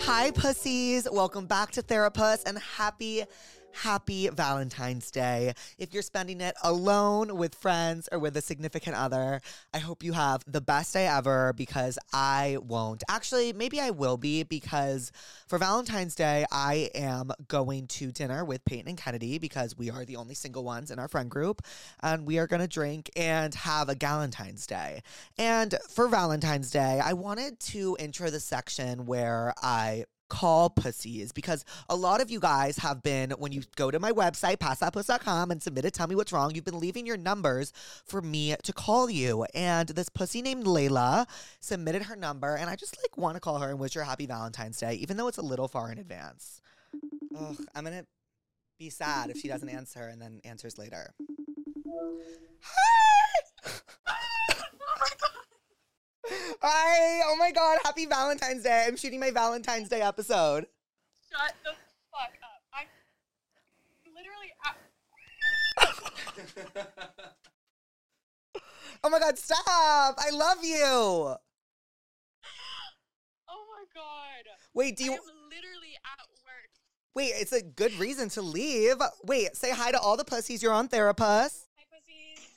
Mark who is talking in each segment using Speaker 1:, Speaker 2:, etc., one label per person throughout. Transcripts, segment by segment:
Speaker 1: Hi, pussies. Welcome back to Therapus and happy, happy Valentine's Day. If you're spending it alone with friends or with a significant other, I hope you have the best day ever because I won't. Actually, maybe I will be because for Valentine's Day, I am going to dinner with Peyton and Kennedy because we are the only single ones in our friend group and we are going to drink and have a Galentine's Day. And for Valentine's Day, I wanted to intro the section where I call pussies because a lot of you guys have been when you go to my website passthatpuss.com and submit it tell me what's wrong you've been leaving your numbers for me to call you and this pussy named Layla submitted her number and I just like want to call her and wish her a happy Valentine's Day even though it's a little far in advance Ugh, I'm gonna be sad if she doesn't answer and then answers later Hi! Oh my god, happy Valentine's Day. I'm shooting my Valentine's Day episode.
Speaker 2: Shut the fuck up. I literally. I,
Speaker 1: Oh my god, stop! I love you!
Speaker 2: oh my god.
Speaker 1: Wait, do
Speaker 2: I
Speaker 1: you
Speaker 2: am literally at work.
Speaker 1: wait, it's a good reason to leave. Wait, say hi to all the pussies you're on therapist.
Speaker 2: Hi, pussies.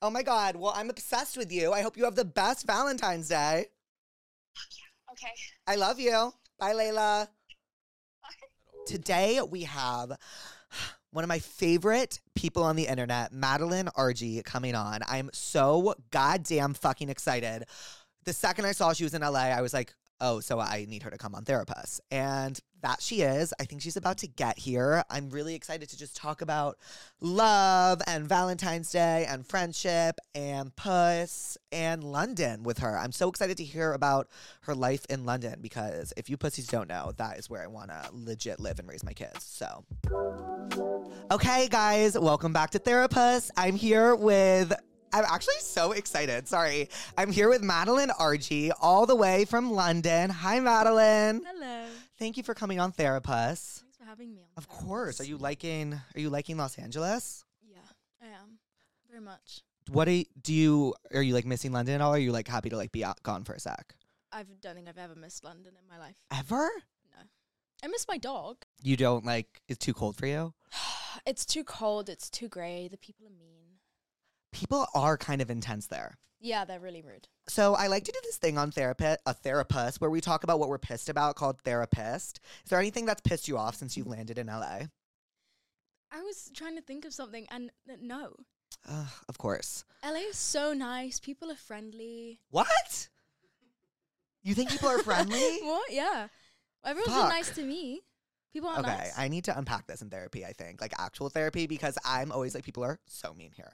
Speaker 1: Oh my god, well I'm obsessed with you. I hope you have the best Valentine's Day.
Speaker 2: Okay.
Speaker 1: I love you. Bye, Layla.
Speaker 2: Bye.
Speaker 1: Today we have one of my favorite people on the internet, Madeline Argy, coming on. I'm so goddamn fucking excited. The second I saw she was in LA, I was like, oh, so I need her to come on Therapist. And that she is. I think she's about to get here. I'm really excited to just talk about love and Valentine's Day and friendship and puss and London with her. I'm so excited to hear about her life in London because if you pussies don't know, that is where I want to legit live and raise my kids. So, okay, guys, welcome back to Therapist. I'm here with. I'm actually so excited. Sorry. I'm here with Madeline Argy, all the way from London. Hi, Madeline.
Speaker 3: Hello.
Speaker 1: Thank you for coming on Therapist.
Speaker 3: Thanks for having me. On
Speaker 1: Of
Speaker 3: Therapist.
Speaker 1: course. Are you liking Are you liking Los Angeles?
Speaker 3: Yeah, I am very much.
Speaker 1: What do you, do you are you like missing London at all? Or are you like happy to like be out, gone for a sec?
Speaker 3: I have don't think I've ever missed London in my life.
Speaker 1: Ever?
Speaker 3: I miss my dog.
Speaker 1: You don't like it's too cold for you?
Speaker 3: It's too cold. It's too grey. The people are mean.
Speaker 1: people are kind of intense there.
Speaker 3: Yeah, they're really rude.
Speaker 1: So I like to do this thing on therapist, a therapist, where we talk about what we're pissed about, called therapist. Is there anything that's pissed you off since you landed in LA?
Speaker 3: I was trying to think of something, and th- no,
Speaker 1: Ugh, of course.
Speaker 3: LA is so nice. People are friendly.
Speaker 1: What? You think people are friendly?
Speaker 3: what? Yeah, everyone's been nice
Speaker 1: Fuck.
Speaker 3: to me. People aren't
Speaker 1: okay,
Speaker 3: nice.
Speaker 1: I need to unpack this in therapy. I think like actual therapy because I'm always like people are so mean here.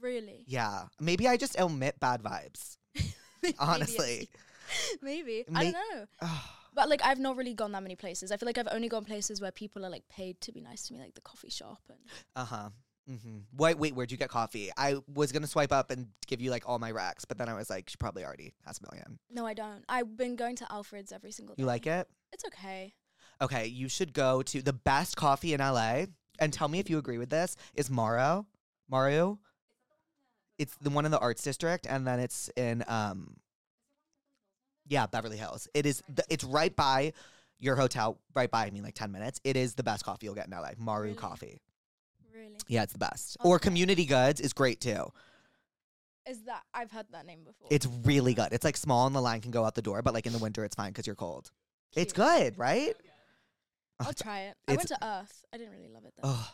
Speaker 3: really.
Speaker 1: Yeah, maybe I just omit bad vibes.
Speaker 3: Maybe it's-
Speaker 1: Honestly,
Speaker 3: maybe I
Speaker 1: May-
Speaker 3: don't know.
Speaker 1: Ugh.
Speaker 3: But like, I've not really gone that many places. I feel like I've only gone places where people are like paid to be nice to me, like the coffee shop and
Speaker 1: Uh huh. Mm-hmm. Wait, wait, where'd you get coffee? I was gonna swipe up and give you like all my racks, but then I was like, she probably already has a million.
Speaker 3: No, I don't. I've been going to Alfred's every single day.
Speaker 1: You like it?
Speaker 3: It's okay.
Speaker 1: Okay, you should go to the best coffee in LA and tell me if you agree with this. Is Maro? Mario? It's the one in the arts district, and then it's in um, yeah, Beverly Hills. It is. The, it's right by your hotel. Right by, I mean, like ten minutes. It is the best coffee you'll get in LA. Maru
Speaker 3: Really?
Speaker 1: coffee.
Speaker 3: Really?
Speaker 1: Yeah, it's the best. Or
Speaker 3: Oh, Okay.
Speaker 1: Community Goods is great too.
Speaker 3: Is that I've heard that name before.
Speaker 1: It's really good. It's like small and the line can go out the door, but like in the winter, it's fine because you're cold. It's
Speaker 3: Cute.
Speaker 1: good, right? Oh,
Speaker 3: I'll
Speaker 1: it's-
Speaker 3: try it. I went
Speaker 1: it's- Oh.
Speaker 3: to Earth. I didn't really love it though.
Speaker 1: Ugh,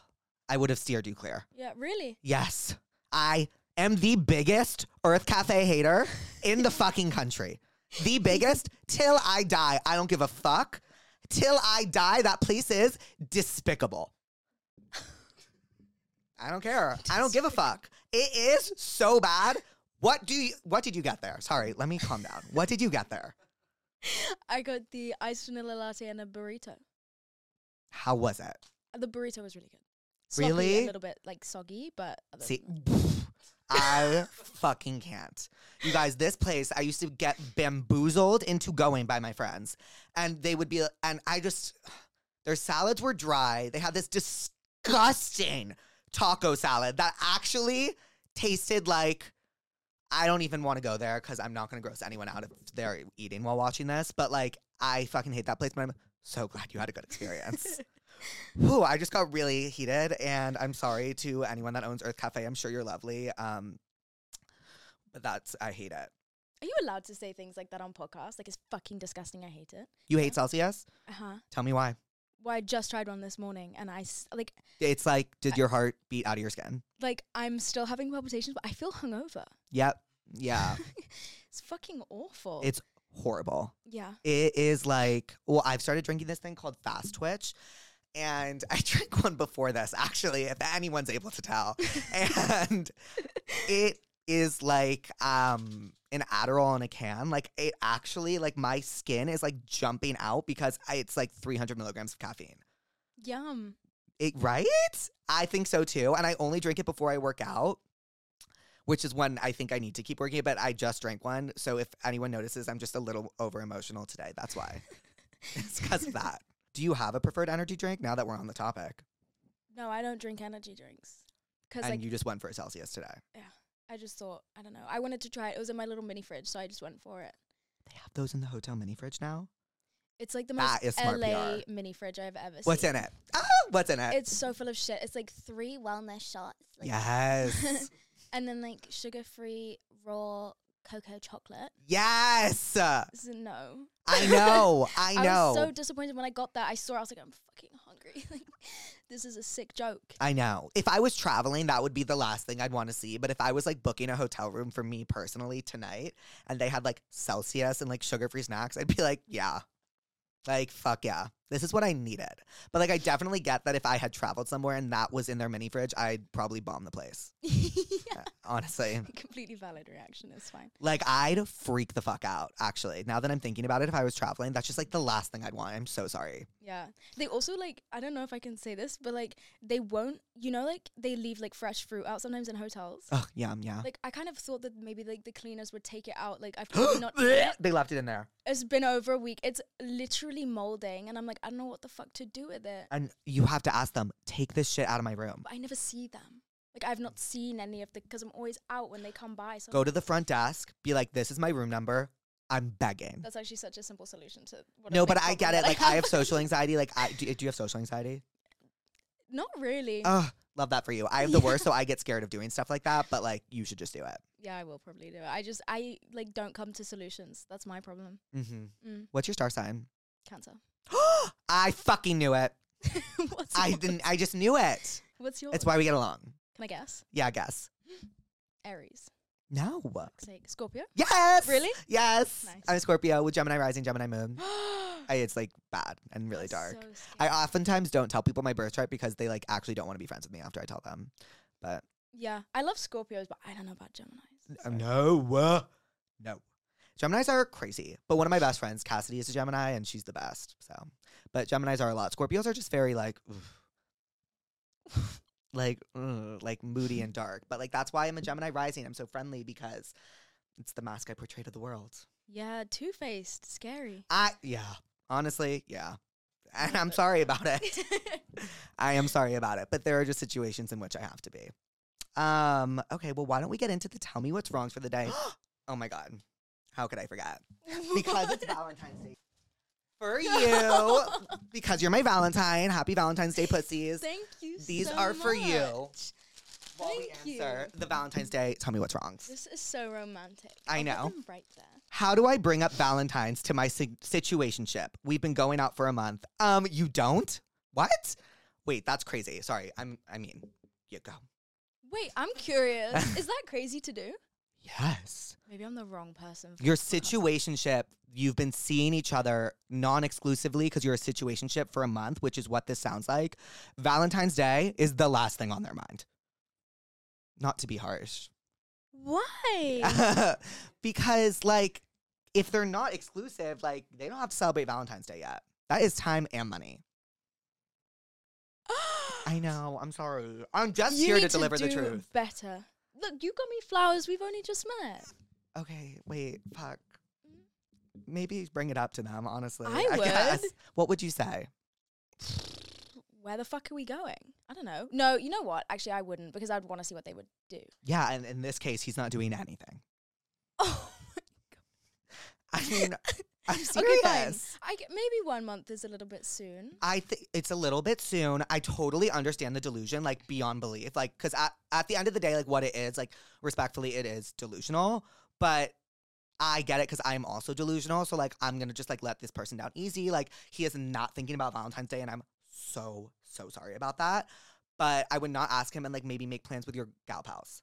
Speaker 1: I would have steered you clear.
Speaker 3: Yeah, really.
Speaker 1: Yes, I am the biggest Earth Cafe hater in the fucking country. The biggest till I die. I don't give a fuck. Till I die, that place is despicable. I don't care. I don't give a fuck. It is so bad. What do you, what did you get there? Sorry, let me calm down. What did you get there?
Speaker 3: I got the iced vanilla latte and a burrito.
Speaker 1: How was it?
Speaker 3: The burrito was really good. Sloppy,
Speaker 1: Really?
Speaker 3: A little bit like soggy, but other
Speaker 1: See,
Speaker 3: than
Speaker 1: I fucking can't. You guys, this place, I used to get bamboozled into going by my friends. And they would be, and I just, their salads were dry. They had this disgusting taco salad that actually tasted like I don't even want to go there because I'm not going to gross anyone out if they're eating while watching this. But like, I fucking hate that place, but I'm so glad you had a good experience. Whew, I just got really heated, and I'm sorry to anyone that owns Earth Cafe. I'm sure you're lovely. Um, but that's, I hate it.
Speaker 3: Are you allowed to say things like that on podcasts? Like it's fucking disgusting. I hate it.
Speaker 1: You hate Celsius?
Speaker 3: Uh huh.
Speaker 1: Tell me why.
Speaker 3: Well, I just tried one this morning, and I s- like
Speaker 1: It's like, did your heart beat out of your skin?
Speaker 3: like I'm still having palpitations, but I feel hungover.
Speaker 1: Yep. Yeah.
Speaker 3: It's fucking awful.
Speaker 1: It's- Horrible.
Speaker 3: yeah.
Speaker 1: It is like, well, I've started drinking this thing called Fast Twitch. And I drank one before this, actually, if anyone's able to tell. And it is like um an Adderall in a can. Like it actually, like my skin is like jumping out because I, it's like 300 milligrams of caffeine.
Speaker 3: Yum.
Speaker 1: It, right? I think so too. And I only drink it before I work out, which is when I think I need to keep working. But I just drank one. So if anyone notices, I'm just a little over emotional today. That's why. it's because of that. Do you have a preferred energy drink now that we're on the topic?
Speaker 3: No, I don't drink energy drinks because
Speaker 1: And
Speaker 3: like
Speaker 1: you just went for a Celsius today.
Speaker 3: I just thought I don't know. I wanted to try it. It was in my little mini fridge, so I just went for it.
Speaker 1: They have those in the hotel mini fridge now.
Speaker 3: It's like the
Speaker 1: That
Speaker 3: most
Speaker 1: is smart
Speaker 3: LA
Speaker 1: PR.
Speaker 3: mini fridge I've ever seen.
Speaker 1: What's in it? Ah, what's in it?
Speaker 3: It's so full of shit. It's like three wellness shots. Like
Speaker 1: yes.
Speaker 3: and then like sugar free raw cocoa chocolate.
Speaker 1: yes. I
Speaker 3: This is a no.
Speaker 1: know. I know.
Speaker 3: was so disappointed when I got that. I saw it. I was like, I'm fucking hungry. like, this is a sick joke.
Speaker 1: I know. If I was traveling, that would be the last thing I'd want to see. But if I was like booking a hotel room for me personally tonight and they had like Celsius and like sugar free snacks, I'd be like, yeah. Like, fuck yeah. This is what I needed. But like, I definitely get that if I had traveled somewhere and that was in their mini fridge, I'd probably bomb the place.
Speaker 3: yeah.
Speaker 1: Uh, Honestly.
Speaker 3: Completely valid reaction. It's fine.
Speaker 1: Like, I'd freak the fuck out, actually. Now that I'm thinking about it, if I was traveling, that's just like the last thing I'd want. I'm so sorry.
Speaker 3: Yeah. They also like I don't know if I can say this, but like they won't. You know, like they leave like fresh fruit out sometimes in hotels.
Speaker 1: Oh, yum, yeah.
Speaker 3: Like I kind of thought that maybe like the cleaners would take it out. Like I've probably not. eaten it.
Speaker 1: they left it in there.
Speaker 3: It's been over a week. It's literally molding, and I'm like, I don't know what the fuck to do with it.
Speaker 1: And you have to ask them, take this shit out of my room.
Speaker 3: But I never see them. Like I've not seen any of the because I'm always out when they come by. So I'm
Speaker 1: go to the front desk, be like, this is my room number. I'm begging.
Speaker 3: That's actually such a simple solution to what a
Speaker 1: No,
Speaker 3: big
Speaker 1: but I get it.
Speaker 3: problem
Speaker 1: Like,
Speaker 3: that
Speaker 1: I have social anxiety. Like, I do, do you have social anxiety?
Speaker 3: Not really.
Speaker 1: Ugh, love that for you. I have the worst, so I get scared of doing stuff like that, but like, you should just do it.
Speaker 3: yeah, I will probably do it. I just I like don't come to solutions. That's my problem.
Speaker 1: Mm-hmm.
Speaker 3: Mm.
Speaker 1: What's your star sign?
Speaker 3: Cancer.
Speaker 1: I fucking knew it.
Speaker 3: what's
Speaker 1: I
Speaker 3: yours?
Speaker 1: didn't, I just knew it.
Speaker 3: What's yours?
Speaker 1: It's why we get along.
Speaker 3: Can I guess?
Speaker 1: Yeah, I guess.
Speaker 3: Aries.
Speaker 1: No.
Speaker 3: Fuck's sake. Scorpio.
Speaker 1: Yes.
Speaker 3: Really?
Speaker 1: Yes.
Speaker 3: Nice.
Speaker 1: I'm a Scorpio with Gemini rising, Gemini moon.
Speaker 3: really
Speaker 1: I, it's like bad and really dark.
Speaker 3: So
Speaker 1: I
Speaker 3: scary.
Speaker 1: oftentimes don't tell people my birth chart because they like actually don't want to be friends with me after I tell them. But
Speaker 3: yeah, I love Scorpios, but I don't know about Gemini's.
Speaker 1: Uh, No, uh, no. Gemini's are crazy, but one of my best friends, Cassidy, is a Gemini, and she's the best. So, but Gemini's are a lot. Scorpios are just very like, oof. like, ugh, like moody and dark. But like that's why I'm a Gemini rising. I'm so friendly because it's the mask I portrayed of the world.
Speaker 3: Yeah, two faced, scary.
Speaker 1: I yeah, honestly, yeah. And
Speaker 3: Yeah,
Speaker 1: I'm
Speaker 3: but-
Speaker 1: sorry about it. I am sorry about it, but there are just situations in which I have to be. Um, okay, well, why don't we get into the tell me what's wrongs for the day? oh my god. How could I forget? Because it's Valentine's Day. For you. because you're my Valentine. Happy Valentine's Day pussies.
Speaker 3: Thank you.
Speaker 1: These
Speaker 3: so
Speaker 1: are for you.
Speaker 3: much.
Speaker 1: While we
Speaker 3: Thank
Speaker 1: answer the Valentine's Day, tell me what's wrongs.
Speaker 3: This is so romantic.
Speaker 1: I
Speaker 3: I'll put
Speaker 1: know.
Speaker 3: them right there.
Speaker 1: How do I bring up Valentine's to my si- situationship? We've been going out for a month. Um, you don't? What? Wait, that's crazy. Sorry. I'm I mean, you go.
Speaker 3: Wait, I'm curious. is that crazy to do?
Speaker 1: Yes.
Speaker 3: Maybe I'm the wrong person. for
Speaker 1: Your
Speaker 3: this podcast.
Speaker 1: situationship, you've been seeing each other non exclusively because you're a situationship for a month, which is what this sounds like. Valentine's Day is the last thing on their mind. Not to be harsh.
Speaker 3: Why?
Speaker 1: because, like, if they're not exclusive, like, they don't have to celebrate Valentine's Day yet. That is time and money. I know. I'm sorry. I'm just
Speaker 3: You
Speaker 1: here
Speaker 3: need
Speaker 1: to deliver the
Speaker 3: do
Speaker 1: truth.
Speaker 3: Better. Look, you got me flowers. We've only just met.
Speaker 1: Okay, wait, fuck. Maybe bring it up to them, honestly.
Speaker 3: I would.
Speaker 1: What would you say?
Speaker 3: Where the fuck are we going? I don't know. No, you know what? Actually, I wouldn't because I'd want to see what they would do.
Speaker 1: Yeah, and in this case, he's not doing anything.
Speaker 3: Oh,
Speaker 1: I mean, I'm
Speaker 3: okay,
Speaker 1: serious.
Speaker 3: fine. I g- maybe one month is a little bit soon.
Speaker 1: I think it's a little bit soon. I totally understand the delusion, like beyond belief. Like, because at, at the end of the day, like what it is, like respectfully, it is delusional. But I get it because I'm also delusional. So, like, I'm going to just like let this person down easy. Like, he is not thinking about Valentine's Day. And I'm so, so sorry about that. But I would not ask him and like maybe make plans with your gal pals.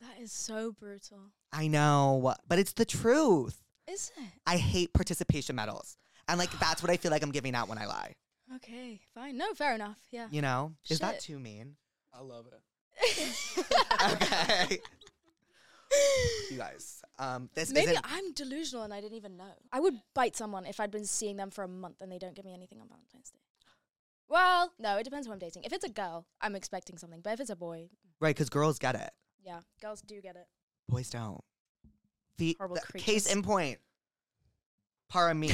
Speaker 3: That is so brutal.
Speaker 1: I know, but it's the truth.
Speaker 3: Is it?
Speaker 1: I hate participation medals. And like, that's what I feel like I'm giving out when I lie.
Speaker 3: Okay, fine. No, fair enough. Yeah.
Speaker 1: You know? Is that
Speaker 3: Shit.
Speaker 1: too mean?
Speaker 4: I love it.
Speaker 1: okay. you guys, um, this
Speaker 3: Maybe
Speaker 1: isn't.
Speaker 3: I'm delusional and I didn't even know. I would bite someone if I'd been seeing them for a month and they don't give me anything on Valentine's Day. Well, no, it depends who I'm dating. If it's a girl, I'm expecting something. But if it's a boy,
Speaker 1: right, because girls get it,
Speaker 3: yeah, girls do get it.
Speaker 1: boys don't. The,
Speaker 3: Horrible
Speaker 1: the
Speaker 3: creatures.
Speaker 1: case in point, para me.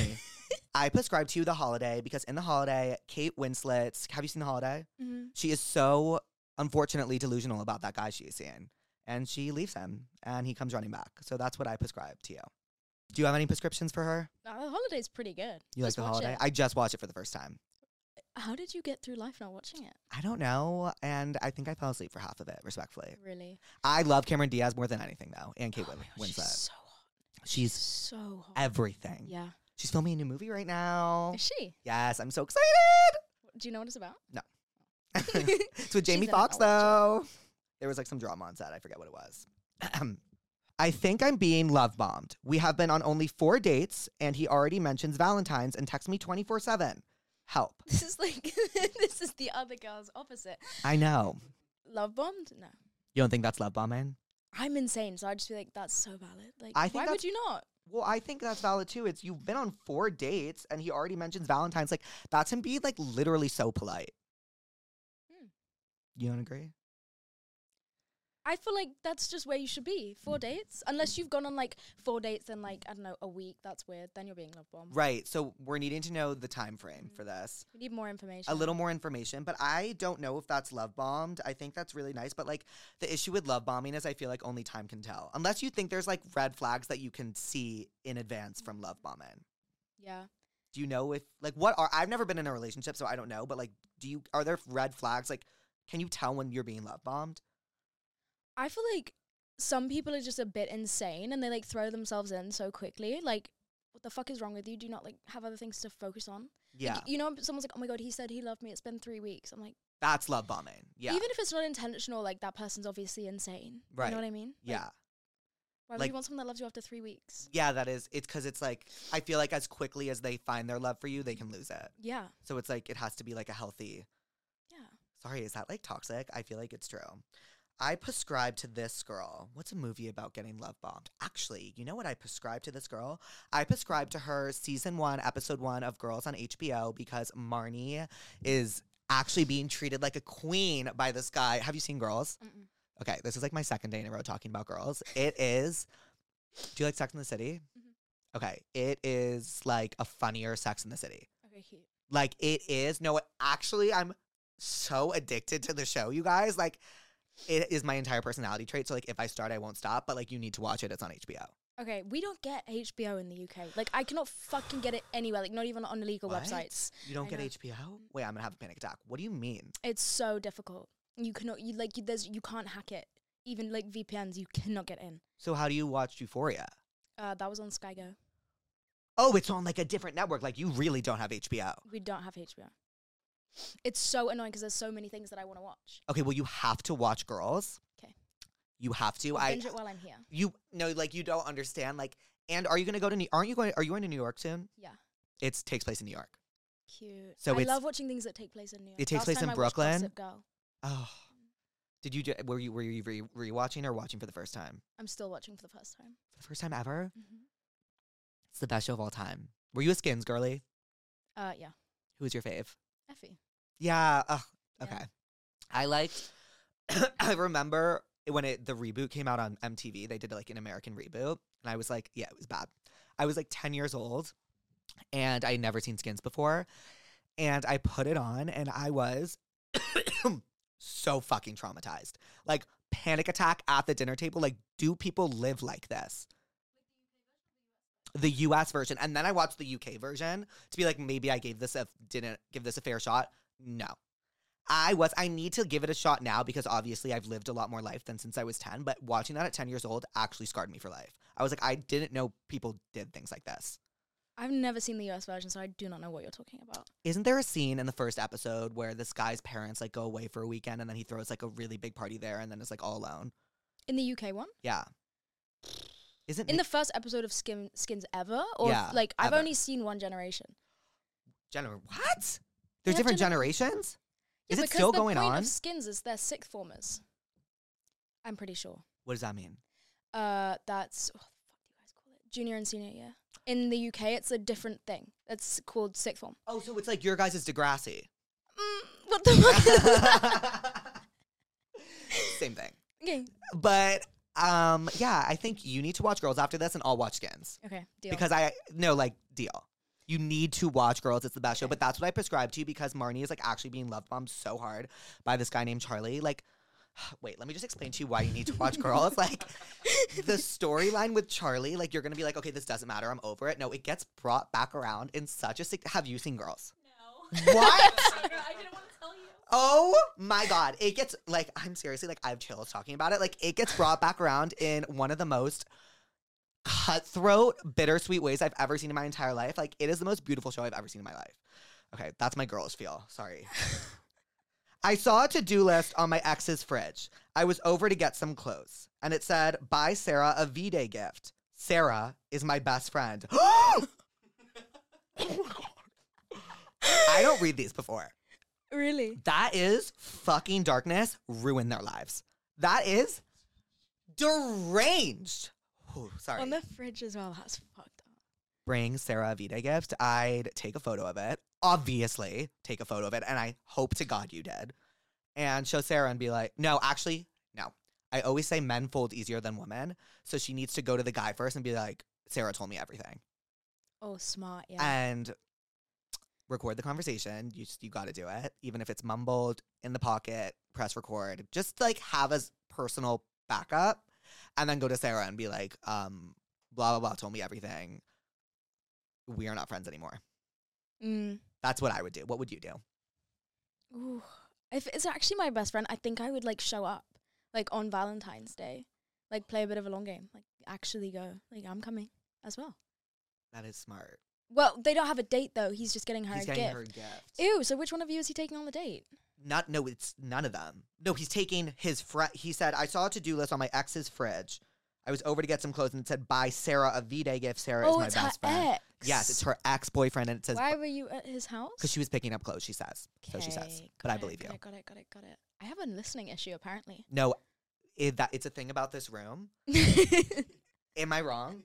Speaker 1: I prescribe to you the holiday because in the holiday, Kate Winslet's. Have you seen the holiday?
Speaker 3: Mm-hmm.
Speaker 1: She is so unfortunately delusional about that guy she is seeing, and she leaves him, and he comes running back. So that's what I prescribe to you. Do you have any prescriptions for her?
Speaker 3: the holiday's pretty good.
Speaker 1: You like
Speaker 3: Just
Speaker 1: the
Speaker 3: watch
Speaker 1: holiday?
Speaker 3: it.
Speaker 1: I just watched it for the first time.
Speaker 3: How did you get through life not watching it?
Speaker 1: I don't know, and I think I fell asleep for half of it. Respectfully,
Speaker 3: Really?
Speaker 1: I love Cameron Diaz more than anything though, and Kate
Speaker 3: Oh
Speaker 1: Win-
Speaker 3: my God,
Speaker 1: Winslet.
Speaker 3: she's
Speaker 1: She's,
Speaker 3: so hot. so hot.
Speaker 1: everything.
Speaker 3: Yeah.
Speaker 1: She's filming a new movie right now.
Speaker 3: Is she?
Speaker 1: Yes, I'm so excited.
Speaker 3: Do you know what it's about?
Speaker 1: it's with Jamie
Speaker 3: in it, I'll
Speaker 1: Foxx
Speaker 3: watch it.
Speaker 1: though. There was like some drama on set. I forget what it was. I think I'm being love bombed. We have been on only four dates, and he already mentions Valentine's and texts me 24 7. Help.
Speaker 3: This is like this is the other girl's opposite.
Speaker 1: I know.
Speaker 3: Love bombed? No.
Speaker 1: You don't think that's love bombing?
Speaker 3: I'm insane, so I just be like, that's so valid. Like,
Speaker 1: I think
Speaker 3: why would
Speaker 1: that's-
Speaker 3: you not?
Speaker 1: Well, I think that's valid too. It's you've been on four dates and he already mentions Valentine's. Like that's him being like literally so polite.
Speaker 3: Hmm.
Speaker 1: You don't agree?
Speaker 3: I feel like that's just where you should be. Four dates, unless you've gone on like four dates in like I don't know a week. That's weird. Then you're being love bombed.
Speaker 1: Right. So we're needing to know the time frame for this.
Speaker 3: We need more information.
Speaker 1: A little more information, but I don't know if that's love bombed. I think that's really nice, but like the issue with love bombing is I feel like only time can tell. Unless you think there's like red flags that you can see in advance from love bombing.
Speaker 3: Yeah.
Speaker 1: Do you know if like what are I've never been in a relationship, so I don't know, but like do you are there red flags like can you tell when you're being love bombed?
Speaker 3: I feel like some people are just a bit insane and they like throw themselves in so quickly. Like, what the fuck is wrong with you? Do you not like have other things to focus on?
Speaker 1: Yeah.
Speaker 3: Like, you know, someone's like, oh my god, he said he loved me. It's been three weeks. I'm like,
Speaker 1: That's love bombing. Yeah.
Speaker 3: even if it's not intentional, like that person's obviously insane. You
Speaker 1: Right.
Speaker 3: know what I mean? Like,
Speaker 1: yeah.
Speaker 3: why would
Speaker 1: Like-
Speaker 3: you want someone that loves you after three weeks?
Speaker 1: yeah, that is. It's because it's like, I feel like as quickly as they find their love for you, they can lose it.
Speaker 3: Yeah.
Speaker 1: So it's like, it has to be like a healthy.
Speaker 3: Yeah.
Speaker 1: Sorry, is that like toxic? I feel like it's true. I prescribe to this girl. What's a movie about getting love bombed? Actually, you know what I prescribe to this girl? I prescribe to her season one, episode one of Girls on HBO because Marnie is actually being treated like a queen by this guy. Have you seen Girls?
Speaker 3: Mm-mm.
Speaker 1: Okay, this is like my second day in a row talking about girls. It is. Do you like Sex in the City?
Speaker 3: Mhm.
Speaker 1: Okay, it is like a funnier Sex in the City.
Speaker 3: Okay, cute.
Speaker 1: Like it is. No, actually, I'm so addicted to the show, you guys. Like, it is my entire personality trait. So like, if I start, I won't stop. But like, you need to watch it. It's on HBO.
Speaker 3: Okay, we don't get HBO in the UK. Like, I cannot fucking get it anywhere. Like, not even on illegal
Speaker 1: What?
Speaker 3: websites.
Speaker 1: You don't
Speaker 3: I
Speaker 1: get
Speaker 3: know.
Speaker 1: HBO? Wait, I'm gonna have a panic attack. What do you mean?
Speaker 3: It's so difficult. You cannot. You like. You, there's. You can't hack it. Even like VPNs, you cannot get in.
Speaker 1: So how do you watch Euphoria?
Speaker 3: Uh, that was on Sky Go.
Speaker 1: Oh, it's on like a different network. Like you really don't have HBO.
Speaker 3: We don't have HBO. It's so annoying because there's so many things that I want to watch.
Speaker 1: Okay, well you have to watch Girls.
Speaker 3: 'Kay.
Speaker 1: You have to. I
Speaker 3: Binge it while I'm here.
Speaker 1: you no like you don't understand like and are you going to go to new aren't you going are you going to new york soon
Speaker 3: Yeah.
Speaker 1: it takes place in new york
Speaker 3: Cute.
Speaker 1: So
Speaker 3: I
Speaker 1: it's-
Speaker 3: love watching things that take place in New York.
Speaker 1: It takes
Speaker 3: Last
Speaker 1: place
Speaker 3: time
Speaker 1: in
Speaker 3: I watched
Speaker 1: Brooklyn?
Speaker 3: Gossip Girl.
Speaker 1: oh did you ju- were you were you re- rewatching or watching for the first time
Speaker 3: I'm still watching for the first time.
Speaker 1: for the first time ever it's the best show of all time were you a skins girly
Speaker 3: Uh, yeah.
Speaker 1: who was your fave
Speaker 3: Effie.
Speaker 1: yeah ugh,
Speaker 3: Yeah.
Speaker 1: okay i liked i remember when it the reboot came out on mtv they did like an american reboot and i was like yeah it was bad i was like 10 years old and i had never seen skins before and I put it on and I was so fucking traumatized. Like panic attack at the dinner table. Like, do people live like this? The US version. And then I watched the UK version to be like, maybe I gave this a didn't give this a fair shot. No. I was I need to give it a shot now because obviously I've lived a lot more life than since I was 10, but watching that at 10 years old actually scarred me for life. I was like, I didn't know people did things like this.
Speaker 3: I've never seen the US version, so I do not know what you're talking about.
Speaker 1: Isn't there a scene in the first episode where this guy's parents like go away for a weekend and then he throws like a really big party there and then it's like all alone?
Speaker 3: In the UK one?
Speaker 1: Yeah. Isn't
Speaker 3: In
Speaker 1: Nick-
Speaker 3: the first episode of Skin, Skins ever? Or
Speaker 1: Yeah,
Speaker 3: like I've
Speaker 1: ever.
Speaker 3: only seen one generation.
Speaker 1: gener- what?
Speaker 3: They
Speaker 1: There's
Speaker 3: have
Speaker 1: different
Speaker 3: gener-
Speaker 1: generations? Is it
Speaker 3: because
Speaker 1: still
Speaker 3: the
Speaker 1: going
Speaker 3: point
Speaker 1: on?
Speaker 3: of Skins is they're sixth formers. I'm pretty sure.
Speaker 1: What does that mean?
Speaker 3: Uh, that's what the fuck do you guys call it? Junior and senior year. In the UK, it's a different thing. It's called sixth form.
Speaker 1: Oh, so it's like your guys is Degrassi.
Speaker 3: Mm, what the fuck? is that?
Speaker 1: Same thing.
Speaker 3: okay,
Speaker 1: But um yeah, I think you need to watch Girls after this and I'll watch Skins.
Speaker 3: okay, deal.
Speaker 1: Because I no like deal. You need to watch Girls. It's the best show.
Speaker 3: Okay.
Speaker 1: But that's what I prescribe to you because Marnie is like actually being love bombed so hard by this guy named Charlie. Like, wait, let me just explain to you why you need to watch Girls. Like, the storyline with Charlie, like you're gonna be like, okay, this doesn't matter. I'm over it. No, it gets brought back around in such a. sig- Have you seen Girls?
Speaker 4: No.
Speaker 1: What?
Speaker 4: I didn't want to tell you.
Speaker 1: Oh my god. It gets like I'm seriously like I have chills talking about it. Like it gets brought back around in one of the most cutthroat, bittersweet ways I've ever seen in my entire life. Like it is the most beautiful show I've ever seen in my life. Okay, that's my girl's feel. Sorry. I saw a to-do list on my ex's fridge. I was over to get some clothes, and it said, "Buy Sarah a V-Day gift. Sarah is my best friend." oh my god. I don't read these before.
Speaker 3: really?
Speaker 1: That is fucking darkness ruin their lives. That is deranged. Ooh, sorry.
Speaker 3: On the fridge as well. That's fucked up.
Speaker 1: Bring Sarah a Vita gift. I'd take a photo of it. Obviously, take a photo of it. And I hope to God you did. And show Sarah and be like, no, actually, no. I always say men fold easier than women. So she needs to go to the guy first and be like, Sarah told me everything.
Speaker 3: Oh, smart. Yeah.
Speaker 1: and record the conversation. You just, you got to do it, even if it's mumbled in the pocket. Press record. Just like have as personal backup, and then go to Sarah and be like, um, blah blah blah, told me everything. We are not friends anymore.
Speaker 3: mm.
Speaker 1: That's what I would do. What would you do?
Speaker 3: Ooh. If it's actually my best friend, I think I would like show up, like on Valentine's Day, like play a bit of a long game, like actually go, like I'm coming as well.
Speaker 1: That is smart.
Speaker 3: Well, they don't have a date though. He's just getting her
Speaker 1: He's
Speaker 3: a
Speaker 1: getting
Speaker 3: gift.
Speaker 1: her gift.
Speaker 3: Ew. So which one of you is he taking on the date?
Speaker 1: not no it's none of them no he's taking his friend he said i saw a to-do list on my ex's fridge i was over to get some clothes and it said buy sarah a v-day gift sarah is
Speaker 3: oh,
Speaker 1: my
Speaker 3: it's her
Speaker 1: best friend
Speaker 3: ex.
Speaker 1: yes it's her ex-boyfriend and it says
Speaker 3: Why were you at his house?
Speaker 1: because she was picking up clothes she says so she says
Speaker 3: Okay,
Speaker 1: but
Speaker 3: got
Speaker 1: i
Speaker 3: it,
Speaker 1: believe
Speaker 3: got
Speaker 1: you
Speaker 3: It, got it. Got it. Got it. I have a listening issue apparently.
Speaker 1: no it, that, it's a thing about this room
Speaker 3: there
Speaker 1: am i wrong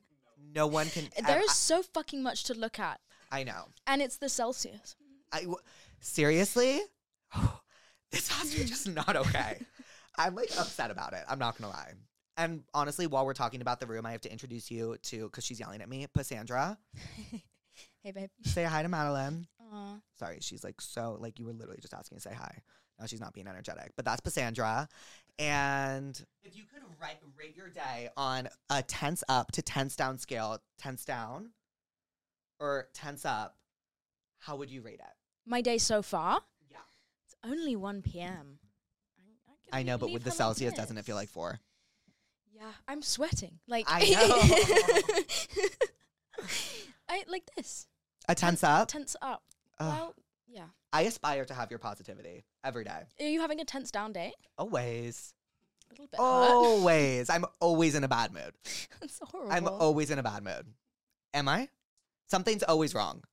Speaker 1: no one can and
Speaker 3: is so fucking much to look at,
Speaker 1: I, I know
Speaker 3: and it's the Celsius.
Speaker 1: I w- seriously, this hostage is not okay. I'm like upset about it. I'm not gonna lie. And honestly, while we're talking about the room, I have to introduce you to because she's yelling at me, Cassandra.
Speaker 3: Hey, babe.
Speaker 1: Say hi to Madeline.
Speaker 3: Aw.
Speaker 1: Sorry, she's like so like you were literally just asking to say hi. Now she's not being energetic, but that's Cassandra. And if you could write, rate your day on a tense up to tense down scale, tense down or tense up, how would you rate it?
Speaker 3: my day so far.
Speaker 1: Yeah.
Speaker 3: It's only one p.m. I,
Speaker 1: I know, but with the Celsius, doesn't it feel
Speaker 3: like?
Speaker 1: like four?
Speaker 3: Yeah, I'm sweating. Like
Speaker 1: I know.
Speaker 3: I like this.
Speaker 1: A tense up.
Speaker 3: Tense up.
Speaker 1: Ugh.
Speaker 3: Well, yeah.
Speaker 1: I aspire to have your positivity every day.
Speaker 3: Are you having a tense down day?
Speaker 1: Always.
Speaker 3: A little bit.
Speaker 1: Oh.
Speaker 3: hurt.
Speaker 1: Always. I'm always in a bad mood.
Speaker 3: That's horrible.
Speaker 1: I'm always in a bad mood. Am I? Something's always wrong.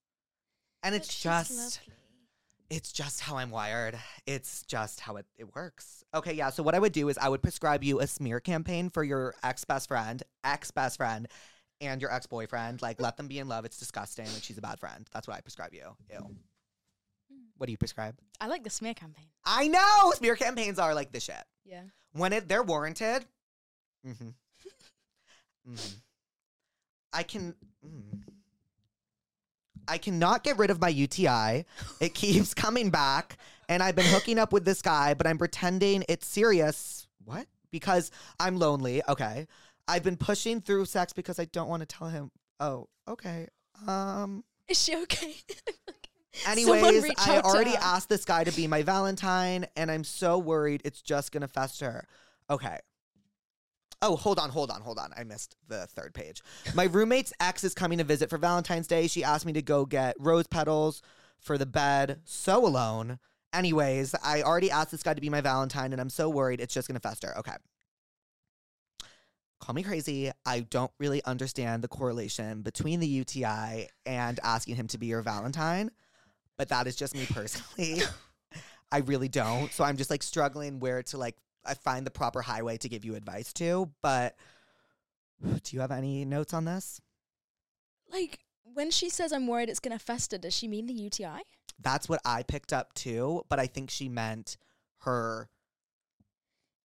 Speaker 1: And
Speaker 3: But
Speaker 1: it's
Speaker 3: she's
Speaker 1: just
Speaker 3: lovely.
Speaker 1: it's just how I'm wired. It's just how it, it works. Okay, yeah. So what I would do is I would prescribe you a smear campaign for your ex best friend, ex best friend, and your ex boyfriend. Like let them be in love. It's disgusting. Like she's a bad friend. That's what I prescribe you. Ew. What do you prescribe?
Speaker 3: I like the smear campaign.
Speaker 1: I know smear campaigns are like the shit
Speaker 3: Yeah.
Speaker 1: when it they're warranted. hmm hmm I can. mm. I cannot get rid of my UTI. It keeps coming back, and I've been hooking up with this guy, but I'm pretending it's serious. What? Because I'm lonely. Okay. I've been pushing through sex because I don't want to tell him. Oh, okay. Um.
Speaker 3: Is she okay? Someone
Speaker 1: Anyways,
Speaker 3: reach
Speaker 1: I
Speaker 3: out to
Speaker 1: already
Speaker 3: her.
Speaker 1: asked this guy to be my Valentine, and I'm so worried it's just gonna fester. Okay. Oh, hold on, hold on, hold on. I missed the third page. My roommate's ex is coming to visit for Valentine's Day. She asked me to go get rose petals for the bed. So alone. Anyways, I already asked this guy to be my Valentine, and I'm so worried it's just gonna fester. Okay. Call me crazy. I don't really understand the correlation between the UTI and asking him to be your Valentine but that is just me personally. I really don't. So I'm just like struggling where to like I find the proper highway to give you advice to. But do you have any notes on this?
Speaker 3: like when she says I'm worried it's gonna fester, does she mean the UTI?
Speaker 1: That's what I picked up too, but I think she meant her.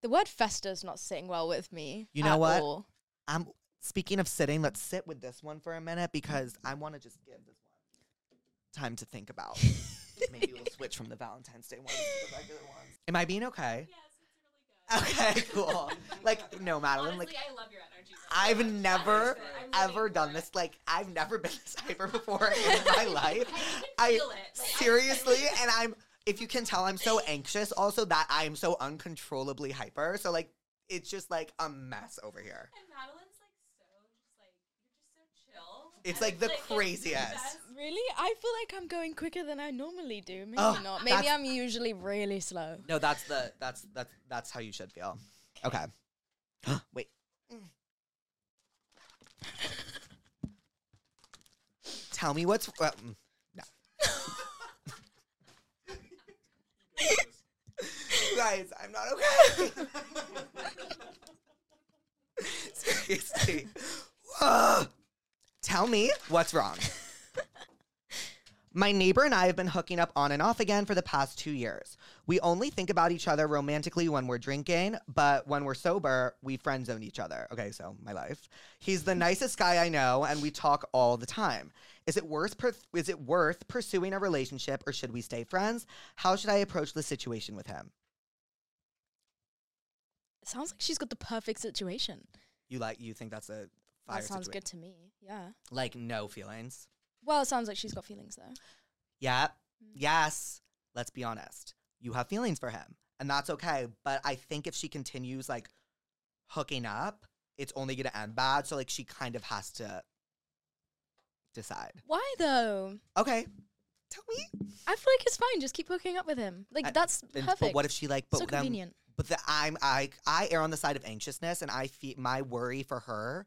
Speaker 3: The word fester's not sitting well with me.
Speaker 1: You know
Speaker 3: at
Speaker 1: what?
Speaker 3: all.
Speaker 1: I'm speaking of sitting, let's sit with this one for a minute because I want to just give this one time to think about. Maybe we'll switch from the Valentine's Day ones to the regular ones. Am I being okay?
Speaker 2: Yes, it's really good.
Speaker 1: Okay, cool. Like no, Madeline, like
Speaker 2: Honestly, I love your energy.
Speaker 1: I've never
Speaker 2: I'm living for
Speaker 1: ever done
Speaker 2: it.
Speaker 1: this. Like I've never been this hyper before in my life.
Speaker 2: I
Speaker 1: I
Speaker 2: feel it. Like, I-
Speaker 1: seriously, and I'm. If you can tell, I'm so anxious. Also, that I am so uncontrollably hyper. So like, it's just like a mess over here.
Speaker 2: And Madeline's like so just like you're just so chill.
Speaker 1: It's
Speaker 2: And
Speaker 1: like the
Speaker 2: it's the
Speaker 1: craziest.
Speaker 2: best.
Speaker 3: Really? I feel like I'm going quicker than I normally do. Maybe
Speaker 1: Oh, that's-
Speaker 3: not. Maybe I'm usually really slow.
Speaker 1: No, that's the that's that's that's how you should feel. Okay. Wait. Tell me what's uh, mm, no. You Guys, I'm not okay. Seriously. Ugh. Tell me what's wrong. My neighbor and I have been hooking up on and off again for the past two years. We only think about each other romantically when we're drinking, but when we're sober, we friend zone each other. Okay, so my life. He's the nicest guy I know, and we talk all the time. Is it worth per- is it worth pursuing a relationship, or should we stay friends? How should I approach the situation with him?
Speaker 3: It sounds like she's got the perfect situation.
Speaker 1: You like you think that's a fire
Speaker 3: that sounds
Speaker 1: situa-
Speaker 3: good to me. Yeah.
Speaker 1: Like no feelings.
Speaker 3: Well, it sounds like she's got feelings though.
Speaker 1: Yeah. Yes. Let's be honest. You have feelings for him, and that's okay. But I think if she continues like hooking up, it's only going to end bad. So like she kind of has to decide.
Speaker 3: Why though?
Speaker 1: Okay. Tell me.
Speaker 3: I feel like it's fine. Just keep hooking up with him. Like
Speaker 1: I-
Speaker 3: that's
Speaker 1: And-
Speaker 3: perfect.
Speaker 1: But what if she like? But
Speaker 3: so
Speaker 1: then,
Speaker 3: convenient.
Speaker 1: but the, I'm I I err on the side of anxiousness, and I feel my worry for her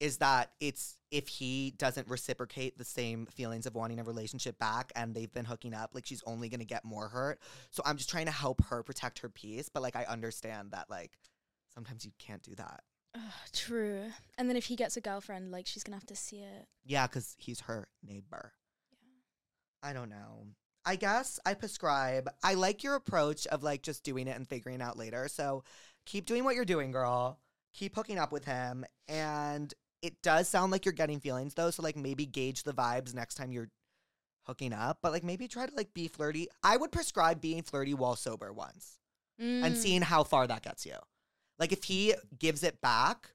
Speaker 1: is that it's if he doesn't reciprocate the same feelings of wanting a relationship back, and they've been hooking up, like she's only gonna get more hurt. So I'm just trying to help her protect her peace, but like I understand that like sometimes you can't do that.
Speaker 3: Ugh, true. And then if he gets a girlfriend, like she's gonna have to see it.
Speaker 1: Yeah, because he's her neighbor. I don't know. I guess I prescribe. I like your approach of like just doing it and figuring out later. So keep doing what you're doing, girl. Keep hooking up with him. And it does sound like you're getting feelings though. So like maybe gauge the vibes next time you're hooking up. But like maybe try to like be flirty. I would prescribe being flirty while sober once and
Speaker 3: Mm.
Speaker 1: seeing how far that gets you. Like if he gives it back,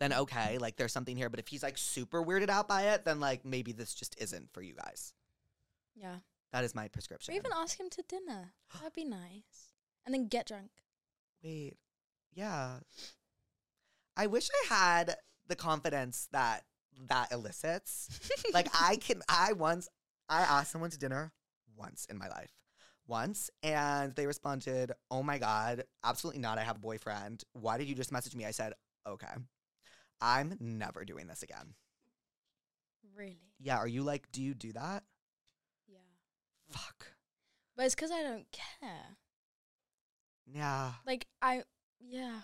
Speaker 1: then okay, like there's something here. But if he's like super weirded out by it, then like maybe this just isn't for you guys.
Speaker 3: Yeah.
Speaker 1: That is my prescription.
Speaker 3: Or even ask him to dinner. That'd be nice. And then get drunk.
Speaker 1: Wait, yeah. I wish I had the confidence that that elicits. like I can, I once, I asked someone to dinner once in my life, once, and they responded, "Oh my god, absolutely not! I have a boyfriend. Why did you just message me?" I said, "Okay, I'm never doing this again."
Speaker 3: Really?
Speaker 1: Yeah, are you like, do you do that?
Speaker 3: Yeah.
Speaker 1: Fuck.
Speaker 3: But it's because I don't care.
Speaker 1: Yeah.
Speaker 3: Like I, yeah.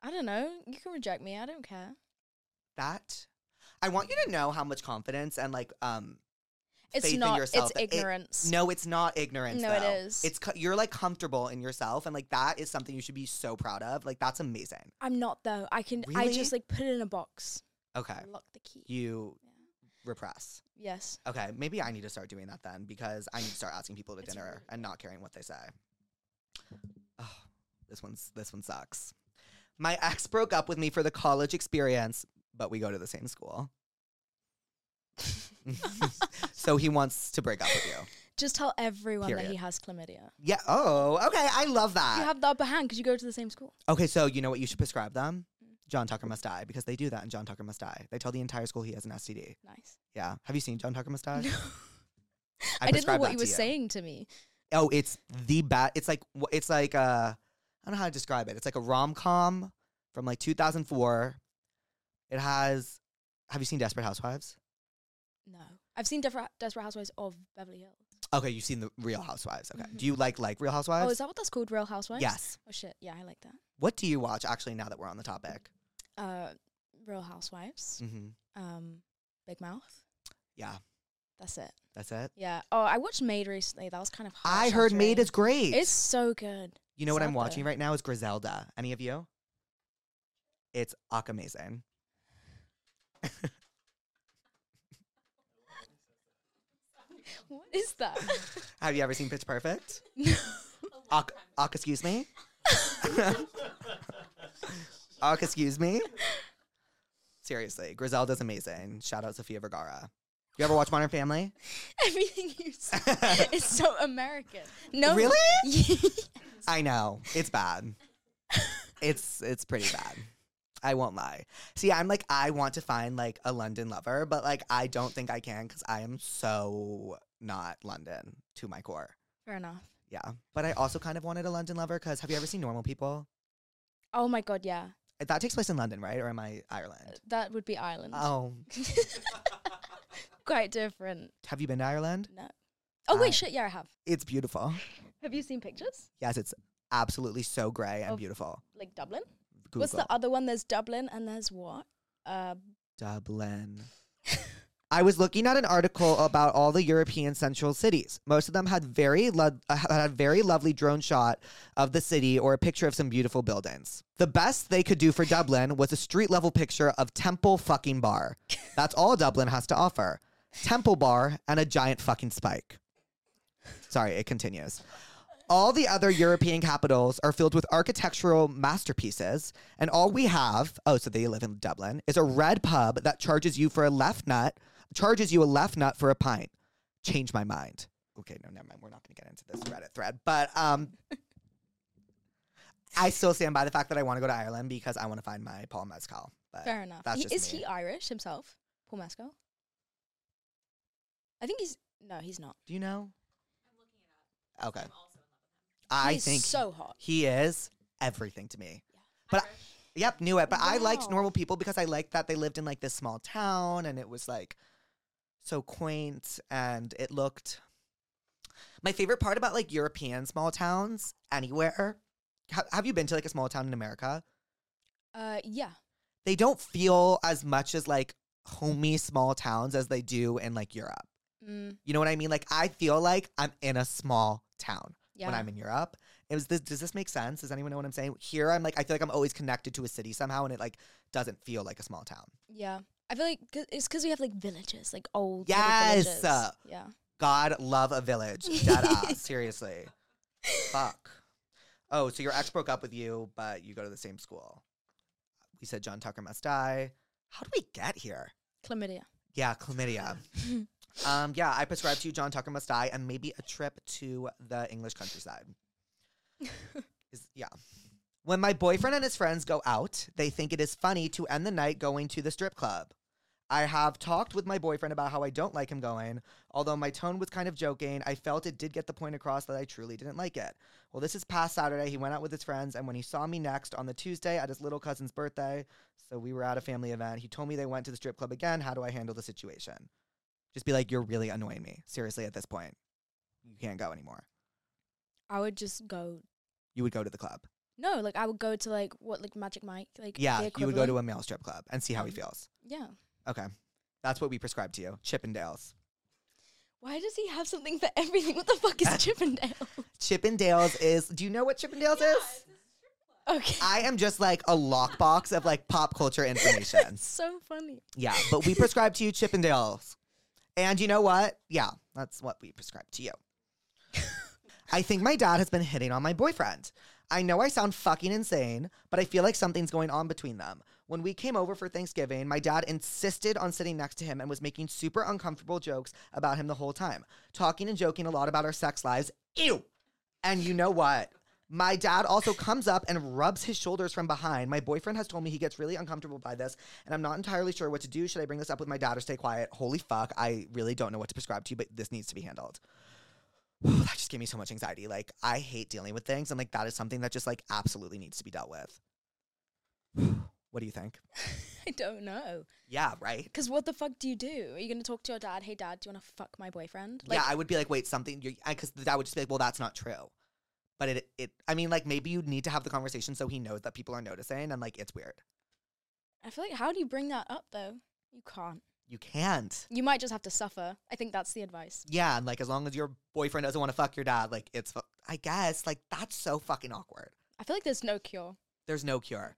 Speaker 3: I don't know. You can reject me. I don't care.
Speaker 1: that I want you to know how much confidence and like um
Speaker 3: It's
Speaker 1: faith in
Speaker 3: not.
Speaker 1: yourself.
Speaker 3: It's
Speaker 1: It-
Speaker 3: ignorance.
Speaker 1: no, it's not ignorance.
Speaker 3: No, it
Speaker 1: though.
Speaker 3: is.
Speaker 1: It's co- you're like comfortable in yourself, and like that is something you should be so proud of. Like that's amazing.
Speaker 3: I'm not though. I can. I
Speaker 1: Really? Uh,
Speaker 3: just like put it in a box.
Speaker 1: Okay,
Speaker 3: Lock the key.
Speaker 1: you repress.
Speaker 3: Yes.
Speaker 1: Okay, maybe I need to start doing that then because I need to start asking people to
Speaker 3: It's
Speaker 1: dinner
Speaker 3: really
Speaker 1: and not caring what they say. Oh, this one's this one sucks. My ex broke up with me for the college experience, but we go to the same school. so he wants to break up with you.
Speaker 3: Just tell everyone that he
Speaker 1: Period.
Speaker 3: has chlamydia.
Speaker 1: Yeah. Oh, okay. I love that.
Speaker 3: you have the upper hand because you go to the same school.
Speaker 1: Okay, so you know what you should prescribe them?
Speaker 3: Mm.
Speaker 1: John Tucker Must Die, because they do that in John Tucker Must Die. They tell the entire school he has an STD.
Speaker 3: Nice.
Speaker 1: Yeah. Have you seen John Tucker Must Die?
Speaker 3: No. I, didn't know
Speaker 1: uh, prescribe
Speaker 3: what
Speaker 1: that
Speaker 3: you
Speaker 1: to
Speaker 3: were saying to me.
Speaker 1: Oh, it's the bad. It's like wh- it's like uh, I don't know how to describe it. It's like a rom com from like 2004. It has. Have you seen Desperate Housewives?
Speaker 3: No, I've seen Desperate, Desperate Housewives of Beverly Hills.
Speaker 1: Okay, you've seen the Real Housewives. Okay,
Speaker 3: Mhm.
Speaker 1: do you like like Real Housewives?
Speaker 3: Oh, is that what that's called, Real Housewives?
Speaker 1: yes.
Speaker 3: Oh shit, yeah, I like that.
Speaker 1: What do you watch actually? Now that we're on the topic,
Speaker 3: Uh, Real Housewives.
Speaker 1: mm-hmm.
Speaker 3: Um, Big Mouth.
Speaker 1: Yeah.
Speaker 3: That's it.
Speaker 1: that's it.
Speaker 3: Yeah. Oh, I watched Made recently. That was kind of.
Speaker 1: I heard Made
Speaker 3: heart-shattering.
Speaker 1: is great.
Speaker 3: It's so good.
Speaker 1: you know what
Speaker 3: it's
Speaker 1: I'm
Speaker 3: out
Speaker 1: watching
Speaker 3: there.
Speaker 1: right now is Griselda. Any of you? It's uck amazing.
Speaker 3: What is that?
Speaker 1: Have you ever seen Pitch Perfect?
Speaker 3: No.
Speaker 1: Ak, Ak, Uh, excuse me. Ak, Uh, excuse me. Seriously, Griselda's amazing. Shout out Sofia Vergara. You ever watch Modern Family?
Speaker 3: Everything you say is so American. No.
Speaker 1: Really?
Speaker 3: Yeah.
Speaker 1: I know it's bad. It's it's pretty bad. I won't lie. See, I'm like I want to find like a London lover, but like I don't think I can because I am so not London to my core.
Speaker 3: Fair enough.
Speaker 1: Yeah, but I also kind of wanted a London lover because have you ever seen Normal People?
Speaker 3: Oh my god, yeah.
Speaker 1: That takes place in London, right? Or am I Ireland?
Speaker 3: That would be Ireland.
Speaker 1: Oh,
Speaker 3: Quite different.
Speaker 1: have you been to Ireland?
Speaker 3: No. Oh
Speaker 1: I-
Speaker 3: wait, shit. Yeah, I have.
Speaker 1: It's beautiful.
Speaker 3: Have you seen pictures?
Speaker 1: Yes, it's absolutely so gray and
Speaker 3: Of-
Speaker 1: beautiful.
Speaker 3: Like Dublin.
Speaker 1: Google
Speaker 3: Oh, What's the other one? There's Dublin and there's what? Uh,
Speaker 1: Dublin. I was looking at an article about all the European central cities. Most of them had very lo- uh, had a very lovely drone shot of the city or a picture of some beautiful buildings. The best they could do for Dublin was a street level picture of Temple fucking bar. That's all Dublin has to offer. Temple bar and a giant fucking spike. Sorry, it continues. All the other European capitals are filled with architectural masterpieces, and all we have, oh, so they live in Dublin, is a red pub that charges you for a left nut, charges you a left nut for a pint. Change my mind. Okay, no, never mind. We're not going to get into this Reddit thread, but um, I still stand by the fact that I want to go to Ireland because I want to find my Paul Mezcal. But
Speaker 3: fair enough.
Speaker 1: Uh, that's
Speaker 3: He-
Speaker 1: just
Speaker 3: is
Speaker 1: me.
Speaker 3: he Irish himself? Paul Mescal? I think he's no, he's not.
Speaker 1: do you know? I'm looking it up. Okay. i
Speaker 3: He's
Speaker 1: think
Speaker 3: so hot.
Speaker 1: He is everything to me. But I, yep, knew it. But I liked
Speaker 3: Wow.
Speaker 1: normal people because I liked that they lived in like this small town and it was like so quaint and it looked my favorite part about like European small towns anywhere. ha- Have you been to like a small town in America?
Speaker 3: Uh, yeah.
Speaker 1: They don't feel as much as like homey small towns as they do in like Europe.
Speaker 3: Mm,
Speaker 1: You know what I mean? Like I feel like I'm in a small town
Speaker 3: yeah.
Speaker 1: when I'm in Europe. It was this, does this make sense? Does anyone know what I'm saying? Here, I'm like, I feel like I'm always connected to a city somehow, and it like doesn't feel like a small town.
Speaker 3: yeah. I feel like 'cause- it's because we have like villages, like old. little
Speaker 1: Yes.
Speaker 3: villages.
Speaker 1: Uh,
Speaker 3: Yeah.
Speaker 1: God love a village, dead ass. Seriously, fuck. Oh, so your ex broke up with you, but you go to the same school. We said John Tucker must die. How did we get here?
Speaker 3: Chlamydia.
Speaker 1: Yeah, chlamydia. um, yeah, I prescribe to you John Tucker must die, and maybe a trip to the English countryside. is yeah. When my boyfriend and his friends go out, they think it is funny to end the night going to the strip club. I have talked with my boyfriend about how I don't like him going. Although my tone was kind of joking, I felt it did get the point across that I truly didn't like it. Well, this is past Saturday. He went out with his friends, and when he saw me next on the Tuesday at his little cousin's birthday, so we were at a family event, he told me they went to the strip club again. How do I handle the situation? Just be like, you're really annoying me. Seriously, at this point, you can't go anymore.
Speaker 3: I would just go.
Speaker 1: You would go to the club.
Speaker 3: No, like I would go to like what like Magic Mike, like
Speaker 1: Yeah,
Speaker 3: the
Speaker 1: you would go to
Speaker 3: equivalent.
Speaker 1: a male strip club and see how he
Speaker 3: Mhm.
Speaker 1: feels.
Speaker 3: yeah.
Speaker 1: Okay. That's what we prescribe to you. Chippendales.
Speaker 3: Why does he have something for everything? What the fuck is Chippendale?
Speaker 1: Chippendales is do you know what Chippendales is?
Speaker 3: Okay.
Speaker 1: I am just like a lockbox of like pop culture information.
Speaker 3: so funny.
Speaker 1: Yeah, but we prescribe to you Chippendales. And you know what? Yeah, that's what we prescribe to you. I think my dad has been hitting on my boyfriend. I know I sound fucking insane, but I feel like something's going on between them. When we came over for Thanksgiving, my dad insisted on sitting next to him and was making super uncomfortable jokes about him the whole time, talking and joking a lot about our sex lives. Ew! And you know what? My dad also comes up and rubs his shoulders from behind. My boyfriend has told me he gets really uncomfortable by this, and I'm not entirely sure what to do. Should I bring this up with my dad or stay quiet? Holy fuck, I really don't know what to prescribe to you, but this needs to be handled. that just gave me so much anxiety. Like, I hate dealing with things, and like, that is something that just like absolutely needs to be dealt with. what do you think?
Speaker 3: I don't know.
Speaker 1: Yeah, right?
Speaker 3: Because what the fuck do you do? Are you going to talk to your dad? Hey, dad, do you want to fuck my boyfriend? Like,
Speaker 1: yeah, I would be like, wait, something, because the dad would just be like, well, that's not true. But it, it, I mean, like, maybe you need to have the conversation so he knows that people are noticing, and like, it's weird.
Speaker 3: I feel like how do you bring that up though? You can't.
Speaker 1: You can't.
Speaker 3: You might just have to suffer. I think that's the advice.
Speaker 1: Yeah, and like as long as your boyfriend doesn't want to fuck your dad, like it's, fu- I guess, like that's so fucking awkward.
Speaker 3: I feel like there's no cure.
Speaker 1: There's no cure.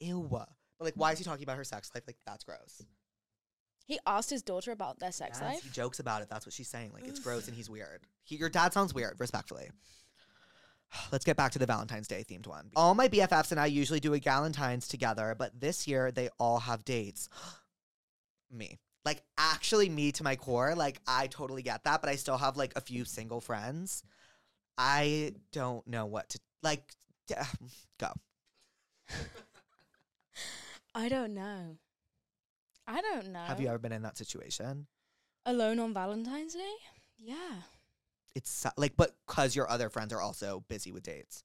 Speaker 1: Ew. But like, why is he talking about her sex life? Like that's gross.
Speaker 3: He asked his daughter about their sex
Speaker 1: Yes, He
Speaker 3: life.
Speaker 1: jokes about it. That's what she's saying. Like it's gross and he's weird. He, your dad sounds weird, respectfully. Let's get back to the Valentine's Day themed one. All my BFFs and I usually do a Galentine's together, but this year they all have dates. me. Like actually me to my core. Like I totally get that, but I still have like a few single friends. I don't know what to like d- go.
Speaker 3: I don't know. I don't know.
Speaker 1: Have you ever been in that situation?
Speaker 3: alone on Valentine's Day? Yeah.
Speaker 1: It's so- like but cuz your other friends are also busy with dates.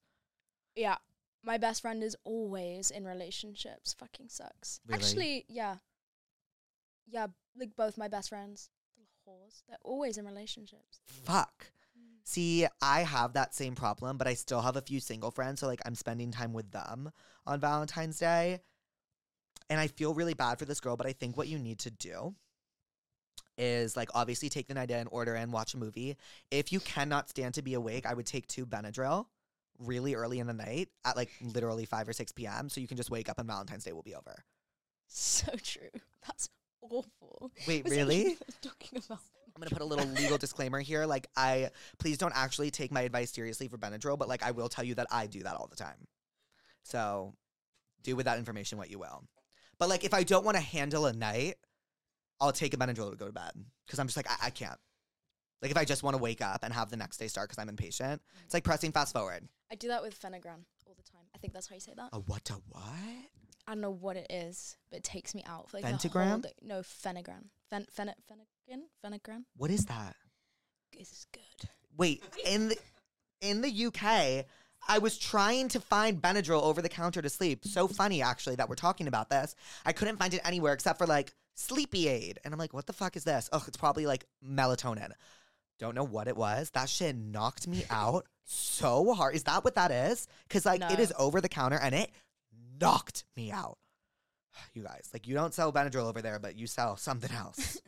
Speaker 3: Yeah. My best friend is always in relationships. Fucking sucks.
Speaker 1: Really?
Speaker 3: Actually, yeah. Yeah, like both my best friends, little whores, they're always in relationships.
Speaker 1: Fuck. See, I have that same problem, but I still have a few single friends. So, like, I'm spending time with them on Valentine's Day. And I feel really bad for this girl, but I think what you need to do is, like, obviously take the night in, order in, watch a movie. If you cannot stand to be awake, I would take two Benadryl really early in the night at like literally 5 or 6 p.m. So you can just wake up and Valentine's Day will be over.
Speaker 3: So true. That's awful.
Speaker 1: Wait,
Speaker 3: Was it
Speaker 1: really?
Speaker 3: you that was talking about?
Speaker 1: I'm gonna put a little legal disclaimer here. Like, I please don't actually take my advice seriously for Benadryl, but like, I will tell you that I do that all the time. So, do with that information what you will. But like, if I don't want to handle a night, I'll take a Benadryl to go to bed because I'm just like, I, I can't. Like, if I just want to wake up and have the next day start because I'm impatient, it's like pressing fast forward.
Speaker 3: I do that with phenogran all the time. I think that's how you say that.
Speaker 1: A what to what?
Speaker 3: I don't know what it is, but it takes me out for like The whole
Speaker 1: Pentagram?
Speaker 3: day. No, phenogran. Fen phen phenogran phenogran.
Speaker 1: What is that?
Speaker 3: This is good.
Speaker 1: Wait, in the in the UK, I was trying to find Benadryl over the counter to sleep. So funny actually that we're talking about this. I couldn't find it anywhere except for like Sleepy Aid. And I'm like, what the fuck is this? Oh, it's probably like melatonin. Don't know what it was. That shit knocked me out so hard. Is that what that is? Cuz like it
Speaker 3: No.
Speaker 1: is over the counter and it knocked me out. You guys, like you don't sell Benadryl over there, but you sell something else.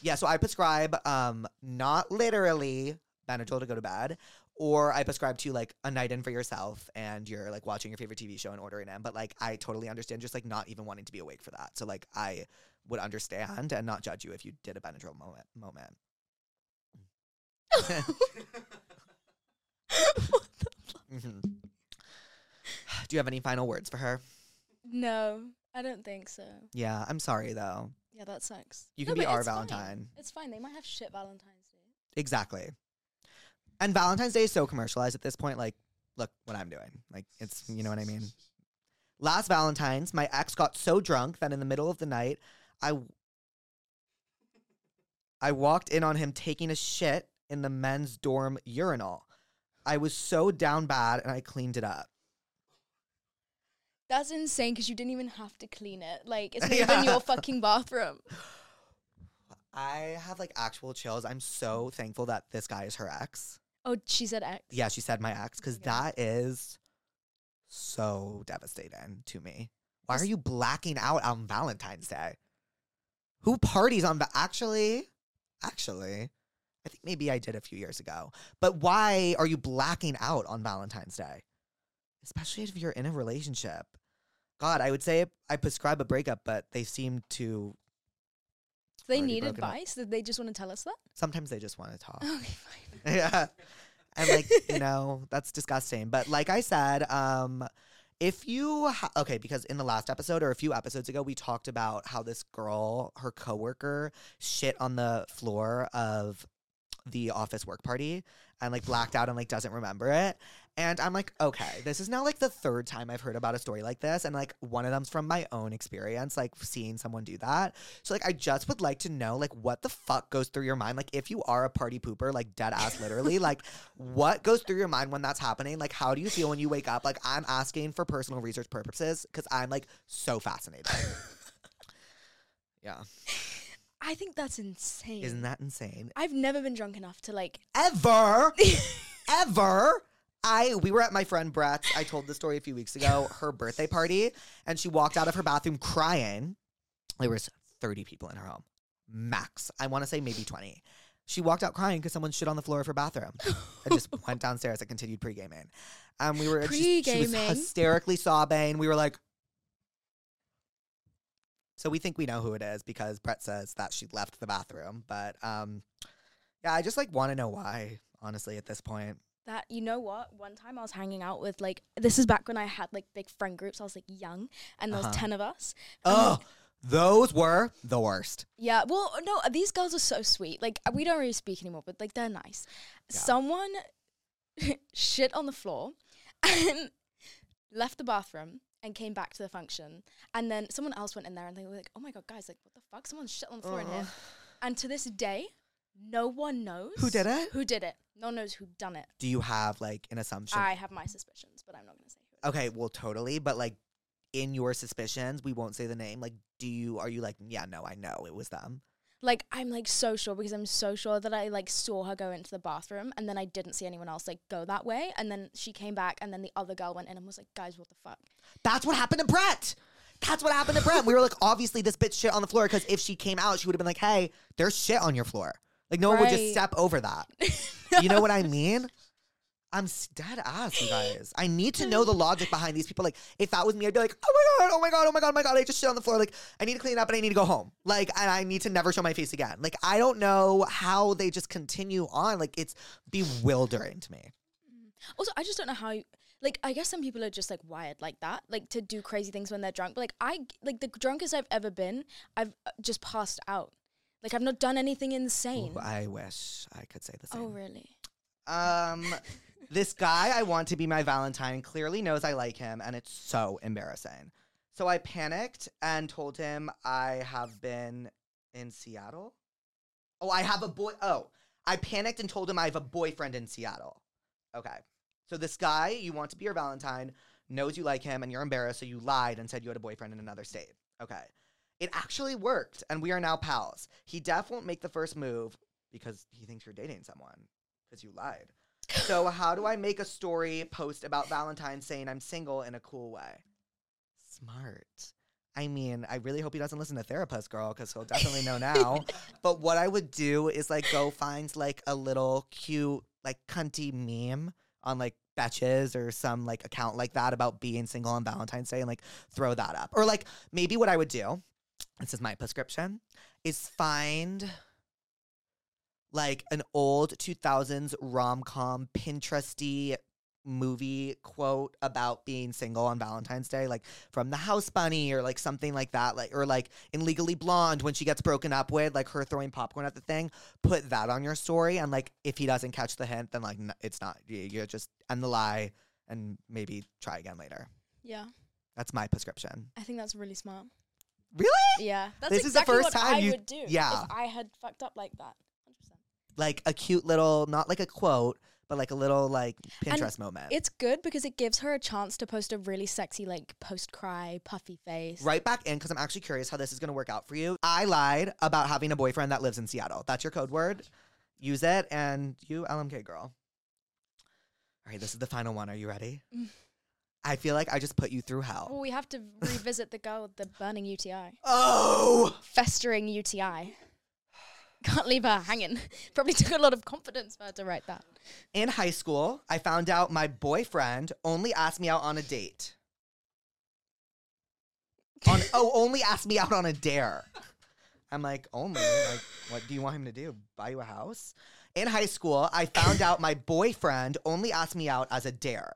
Speaker 1: Yeah, so I prescribe um not literally Benadryl to go to bed, or I prescribe to like a night in for yourself and you're like watching your favorite TV show and ordering them. But like I totally understand just like not even wanting to be awake for that. So like I would understand and not judge you if you did a Benadryl moment moment. Mhm. Do you have any final words for her?
Speaker 3: No, I don't think so.
Speaker 1: Yeah, I'm sorry though.
Speaker 3: Yeah, that sucks.
Speaker 1: You
Speaker 3: No,
Speaker 1: can be
Speaker 3: but
Speaker 1: our
Speaker 3: it's fine.
Speaker 1: Valentine.
Speaker 3: It's fine. They might have shit Valentine's Day.
Speaker 1: Exactly. And Valentine's Day is so commercialized at this point. Like, look what I'm doing. Like, it's, you know what I mean? Last Valentine's, my ex got so drunk that in the middle of the night, I, I walked in on him taking a shit in the men's dorm urinal. I was so down bad and I cleaned it up.
Speaker 3: That's insane because you didn't even have to clean it. Like it's not
Speaker 1: Yeah.
Speaker 3: even your fucking bathroom.
Speaker 1: I have like actual chills. I'm so thankful that this guy is her ex.
Speaker 3: Oh, she said X.
Speaker 1: Yeah, she said my ex because
Speaker 3: Yeah.
Speaker 1: that is so devastating to me. Why are
Speaker 3: Just-
Speaker 1: you blacking out on Valentine's Day? Who parties on Va- actually? Actually, I think maybe I did a few years ago. But why are you blacking out on Valentine's Day? especially if you're in a relationship. God, I would say I prescribe a breakup, but they seem to
Speaker 3: Do they
Speaker 1: Already
Speaker 3: need
Speaker 1: broken up. Oh.
Speaker 3: advice? Did they just want to tell us that?
Speaker 1: sometimes they just want to talk.
Speaker 3: Okay, fine.
Speaker 1: yeah. And like, you know, that's disgusting. But like I said, um, if you ha- okay, because in the last episode or a few episodes ago, we talked about how this girl, her coworker, shit on the floor of the office work party and like blacked out and like doesn't remember it. And I'm like, okay, this is now like the third time I've heard about a story like this. And like one of them's from my own experience, like seeing someone do that. So like I just would like to know like what the fuck goes through your mind. Like if you are a party pooper, like dead ass literally, like what goes through your mind when that's happening? Like how do you feel when you wake up? Like I'm asking for personal research purposes because I'm like so fascinated. yeah.
Speaker 3: I think that's insane.
Speaker 1: Isn't that insane?
Speaker 3: I've never been drunk enough to like.
Speaker 1: Ever ever. I we were at my friend Brett's. I told the story a few weeks ago. Her birthday party, and she walked out of her bathroom crying. There was thirty people in her home, max. I want to say maybe twenty. She walked out crying because someone shit on the floor of her bathroom. I just went downstairs and continued pre gaming. Um, we were she- she was
Speaker 3: Pre-gaming?
Speaker 1: hysterically sobbing. We were like, so we think we know who it is because Brett says that she left the bathroom. But um, yeah, I just like want to know why. Honestly, at this point.
Speaker 3: That you know what? One time I was hanging out with like this is back when I had like big friend groups. I was like young, and there was
Speaker 1: Uh-huh.
Speaker 3: ten of us. and, like,
Speaker 1: Oh, those were the worst.
Speaker 3: Yeah, well, no, these girls are so sweet. Like we don't really speak anymore, but like they're nice. Someone shit on the floor and left the bathroom and came back to the function, and then someone else went in there and they were like, "Oh my god, guys, like what the fuck? Someone shit on the floor in here." And to this day, no one knows
Speaker 1: Who did it?
Speaker 3: Who did it? No one knows who done it.
Speaker 1: Do you have like an assumption?
Speaker 3: I have my suspicions, but I'm not gonna say who.
Speaker 1: okay, well, totally. But like in your suspicions, we won't say the name. Like, do you, are you like, yeah, no, I know it was them?
Speaker 3: Like I'm like so sure because I'm so sure that I like saw her go into the bathroom and then I didn't see anyone else like go that way and then she came back and then the other girl went in and was like, guys, what the fuck?
Speaker 1: That's what happened to Brett. That's what happened to Brett. We were like, obviously, this bitch shit on the floor because if she came out, she would have been like, hey, there's shit on your floor. Like, no one would just
Speaker 3: Right.
Speaker 1: step over that. You know what I mean? I'm s- dead ass, you guys. I need to know the logic behind these people. Like, if that was me, I'd be like, oh my god, oh my god, oh my god, oh my god, I just shit on the floor. Like, I need to clean up and I need to go home. Like, and I need to never show my face again. Like, I don't know how they just continue on. Like, it's bewildering to me.
Speaker 3: Also, I just don't know how you like I guess some people are just like wired like that, like to do crazy things when they're drunk. But like I like the drunkest I've ever been, I've uh, just passed out. Like I've not done anything insane.
Speaker 1: Ooh, I wish I could say the same.
Speaker 3: oh really?
Speaker 1: Um, this guy I want to be my Valentine clearly knows I like him, and it's so embarrassing. So I panicked and told him I have been in Seattle. Oh, I have a boy. Oh, I panicked and told him I have a boyfriend in Seattle. Okay. So this guy you want to be your Valentine knows you like him, and you're embarrassed, so you lied and said you had a boyfriend in another state. Okay. It actually worked, and we are now pals. He def won't make the first move because he thinks you're dating someone because you lied. So how do I make a story post about Valentine's saying I'm single in a cool way? Smart. I mean, I really hope he doesn't listen to therapist girl because he'll definitely know now. but what I would do is like go find like a little cute like cunty meme on like Betches or some like account like that about being single on Valentine's Day and like throw that up. Or like maybe what I would do, this is my prescription, is find like an old 2000s rom-com pinteresty movie quote about being single on valentine's day like from the house bunny or like something like that like or like in legally blonde when she gets broken up with like her throwing popcorn at the thing put that on your story and like if he doesn't catch the hint then like n- it's not you- you're just end the lie and maybe try again later
Speaker 3: Yeah.
Speaker 1: that's my prescription
Speaker 3: I think that's really smart.
Speaker 1: Really?
Speaker 3: Yeah. That's
Speaker 1: This is the
Speaker 3: exactly
Speaker 1: first
Speaker 3: what
Speaker 1: time
Speaker 3: I
Speaker 1: you-
Speaker 3: would do.
Speaker 1: yeah.
Speaker 3: If I had fucked up like that. 100%.
Speaker 1: like a cute little not like a quote but like a little like
Speaker 3: And
Speaker 1: pinterest moment
Speaker 3: It's good because it gives her a chance to post a really sexy, like post cry, puffy face.
Speaker 1: right back in because I'm actually curious how this is going to work out for you. I lied about having a boyfriend that lives in Seattle. That's your code word. Use it and you LMK girl. All right, this is the final one. Are you ready?
Speaker 3: Mm.
Speaker 1: I feel like I just put you through hell.
Speaker 3: Well, we have to revisit the girl with the burning UTI,
Speaker 1: Oh,
Speaker 3: festering UTI. Can't leave her hanging. Probably took a lot of confidence for her to write that.
Speaker 1: In high school, I found out my boyfriend only asked me out on a date. On oh, only asked me out on a dare. I'm like, only like, what do you want him to do? Buy you a house? In high school, I found out my boyfriend only asked me out as a dare.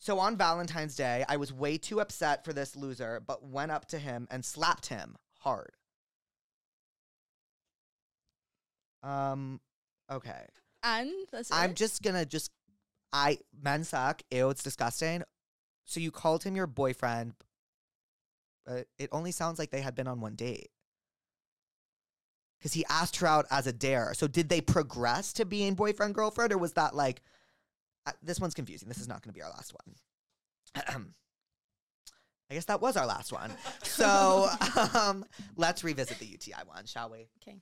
Speaker 1: So on Valentine's Day, I was way too upset for this loser, but went up to him and slapped him hard. Um, okay.
Speaker 3: And that's
Speaker 1: I'm
Speaker 3: it.
Speaker 1: just gonna just I men suck. Ew, it's disgusting. So you called him your boyfriend, but it only sounds like they had been on one date. Cause he asked her out as a dare. So did they progress to being boyfriend girlfriend, or was that like uh, this one's confusing? This is not gonna be our last one. Ahem. I guess that was our last one. So um, let's revisit the UTI one, shall we?
Speaker 3: Okay.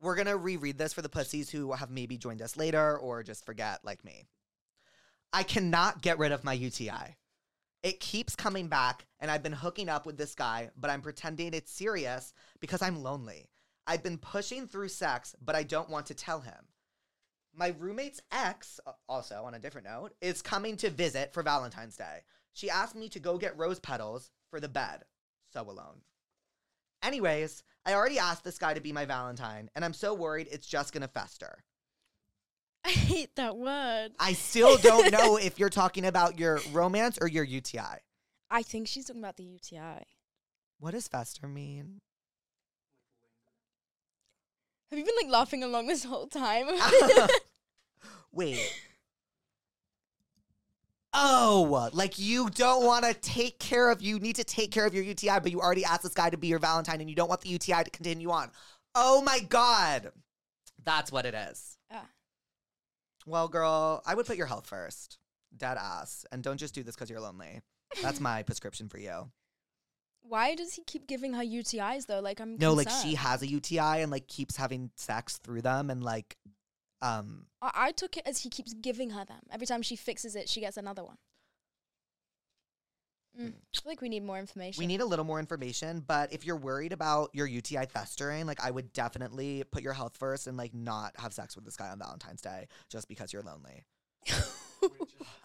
Speaker 1: we're gonna reread this for the pussies who have maybe joined us later or just forget like me. I cannot get rid of my UTI. It keeps coming back, and I've been hooking up with this guy, but I'm pretending it's serious because I'm lonely. I've been pushing through sex, but I don't want to tell him. My roommate's ex, uh, also on a different note, is coming to visit for Valentine's Day. She asked me to go get rose petals for the bed. So alone. Anyways, I already asked this guy to be my Valentine, and I'm so worried it's just gonna fester.
Speaker 3: I hate that word.
Speaker 1: I still don't know if you're talking about your romance or your UTI.
Speaker 3: I think she's talking about the UTI.
Speaker 1: What does fester mean?
Speaker 3: Have you been like laughing along this whole time?
Speaker 1: Wait. Oh, like you don't want to take care of, you need to take care of your UTI, but you already asked this guy to be your Valentine and you don't want the UTI to continue on. Oh my God. That's what it is.
Speaker 3: Ah.
Speaker 1: Well, girl, I would put your health first. Dead ass. And don't just do this because you're lonely. That's my prescription for you.
Speaker 3: Why does he keep giving her UTIs though? Like I'm
Speaker 1: No, like she
Speaker 3: concerned.
Speaker 1: has a UTI and like keeps having sex through them and like, um,
Speaker 3: I-, I took it as he keeps giving her them. Every time she fixes it, she gets another one. Mm. I feel like we need more information.
Speaker 1: We need a little more information, but if you're worried about your UTI festering, like I would definitely put your health first and like not have sex with this guy on Valentine's Day just because you're lonely.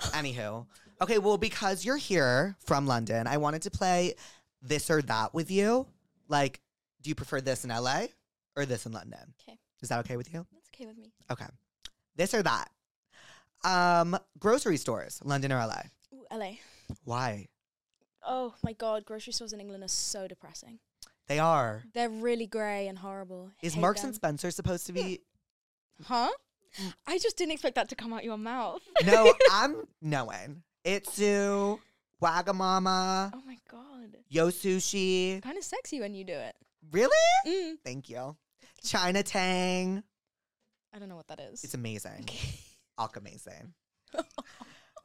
Speaker 1: Anywho, okay, well, because you're here from London, I wanted to play this or that with you. Like, do you prefer this in LA or this in London?
Speaker 3: 'Kay.
Speaker 1: Is that okay with you?
Speaker 3: That's okay with me.
Speaker 1: Okay. This or that. Um, grocery stores, London or LA?
Speaker 3: Ooh, LA.
Speaker 1: Why?
Speaker 3: Oh my god, grocery stores in England are so depressing.
Speaker 1: They are.
Speaker 3: They're really grey and horrible.
Speaker 1: Is
Speaker 3: Hate
Speaker 1: Marks
Speaker 3: them.
Speaker 1: and Spencer supposed to be
Speaker 3: Huh?
Speaker 1: Mm.
Speaker 3: I just didn't expect that to come out your mouth.
Speaker 1: No, I'm knowing. Itsu, Wagamama,
Speaker 3: Oh my god.
Speaker 1: Yo Sushi.
Speaker 3: Kind of sexy when you do it.
Speaker 1: Really?
Speaker 3: Mm.
Speaker 1: Thank you. China Tang.
Speaker 3: I don't know what that is.
Speaker 1: It's amazing. Alk amazing.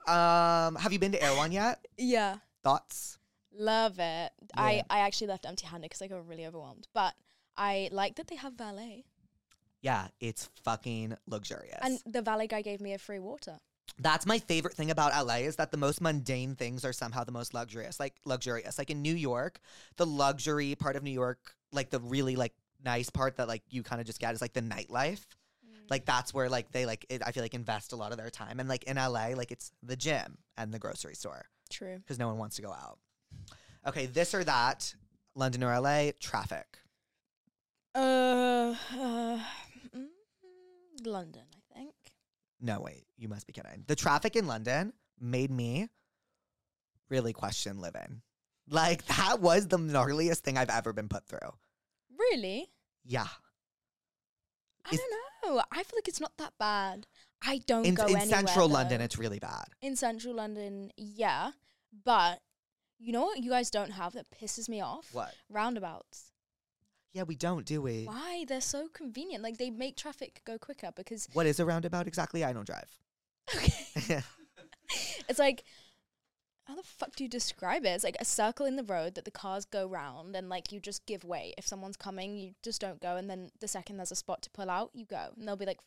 Speaker 1: um, have you been to Erewhon yet?
Speaker 3: yeah.
Speaker 1: Thoughts?
Speaker 3: Love it.
Speaker 1: Yeah.
Speaker 3: I, I actually left empty handed because I got really overwhelmed. But I like that they have valet.
Speaker 1: Yeah, it's fucking luxurious.
Speaker 3: And the valet guy gave me a free water.
Speaker 1: That's my favorite thing about LA is that the most mundane things are somehow the most luxurious. Like luxurious. Like in New York, the luxury part of New York, like the really like nice part that like you kind of just get is like the nightlife. Like that's where like they like it, I feel like invest a lot of their time. And like in LA, like it's the gym and the grocery store
Speaker 3: True.
Speaker 1: because no one wants to go out. Okay, this or that, London or LA, traffic.
Speaker 3: Uh, uh mm, London, I think.
Speaker 1: No, wait, you must be kidding. The traffic in London made me really question living. Like, that was the gnarliest thing I've ever been put through.
Speaker 3: Really?
Speaker 1: Yeah.
Speaker 3: I
Speaker 1: Is-
Speaker 3: don't know. I feel like it's not that bad. I don't
Speaker 1: In,
Speaker 3: go
Speaker 1: in
Speaker 3: anywhere.
Speaker 1: central
Speaker 3: though.
Speaker 1: London, it's really bad.
Speaker 3: in central London, yeah. But you know what you guys don't have that pisses me off?
Speaker 1: What?
Speaker 3: Roundabouts.
Speaker 1: Yeah, we don't, do we?
Speaker 3: Why? They're so convenient. Like they make traffic go quicker because
Speaker 1: What is a roundabout exactly? I don't drive.
Speaker 3: it's like how the fuck do you describe it? It's like a circle in the road that the cars go round and like you just give way. If someone's coming, you just don't go and then the second there's a spot to pull out, you go. And there'll be like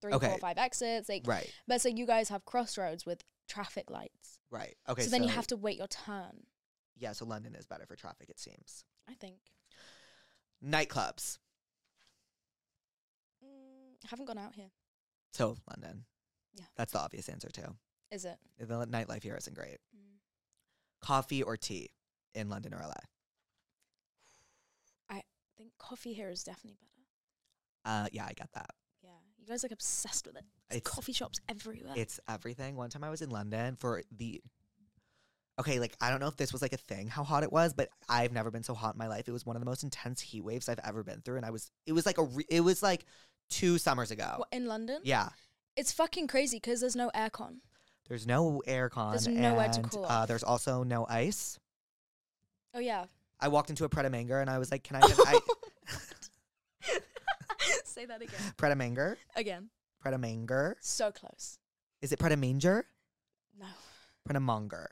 Speaker 3: three, four, five
Speaker 1: Okay.
Speaker 3: exits. Like
Speaker 1: right,
Speaker 3: but it's like you guys have crossroads with traffic lights.
Speaker 1: right. Okay.
Speaker 3: so then you have to wait your turn,
Speaker 1: Yeah, so London is better for traffic, it seems.
Speaker 3: I think.
Speaker 1: Nightclubs.
Speaker 3: Mm, haven't gone out here.
Speaker 1: So London.
Speaker 3: Yeah.
Speaker 1: That's the obvious answer too.
Speaker 3: Is it? Mm,
Speaker 1: The nightlife here isn't great. Coffee or tea in London or LA?
Speaker 3: I think coffee here is definitely better.
Speaker 1: Uh, yeah, I get that.
Speaker 3: Yeah, you guys like obsessed with it. There's
Speaker 1: It's-
Speaker 3: coffee shops everywhere.
Speaker 1: It's everything. One time I was in London for the. Okay, like I don't know if this was like a thing, how hot it was, but I've never been so hot in my life. It was one of the most intense heat waves I've ever been through, and I was. It was like a. Re- it was like two summers ago.
Speaker 3: What, in London?
Speaker 1: oh. Yeah,
Speaker 3: It's fucking crazy because there's no aircon.
Speaker 1: there's no aircon.
Speaker 3: There's nowhere to
Speaker 1: and,
Speaker 3: cool
Speaker 1: Uh,
Speaker 3: off.
Speaker 1: there's also no ice.
Speaker 3: Oh yeah.
Speaker 1: I walked into a Pret a Manger and I was like, "Can I have I-
Speaker 3: Say that again.
Speaker 1: Pret a Manger?
Speaker 3: Again.
Speaker 1: Pret a Manger?
Speaker 3: So close.
Speaker 1: Is it Pret a Manger?
Speaker 3: No,
Speaker 1: Pret a Monger?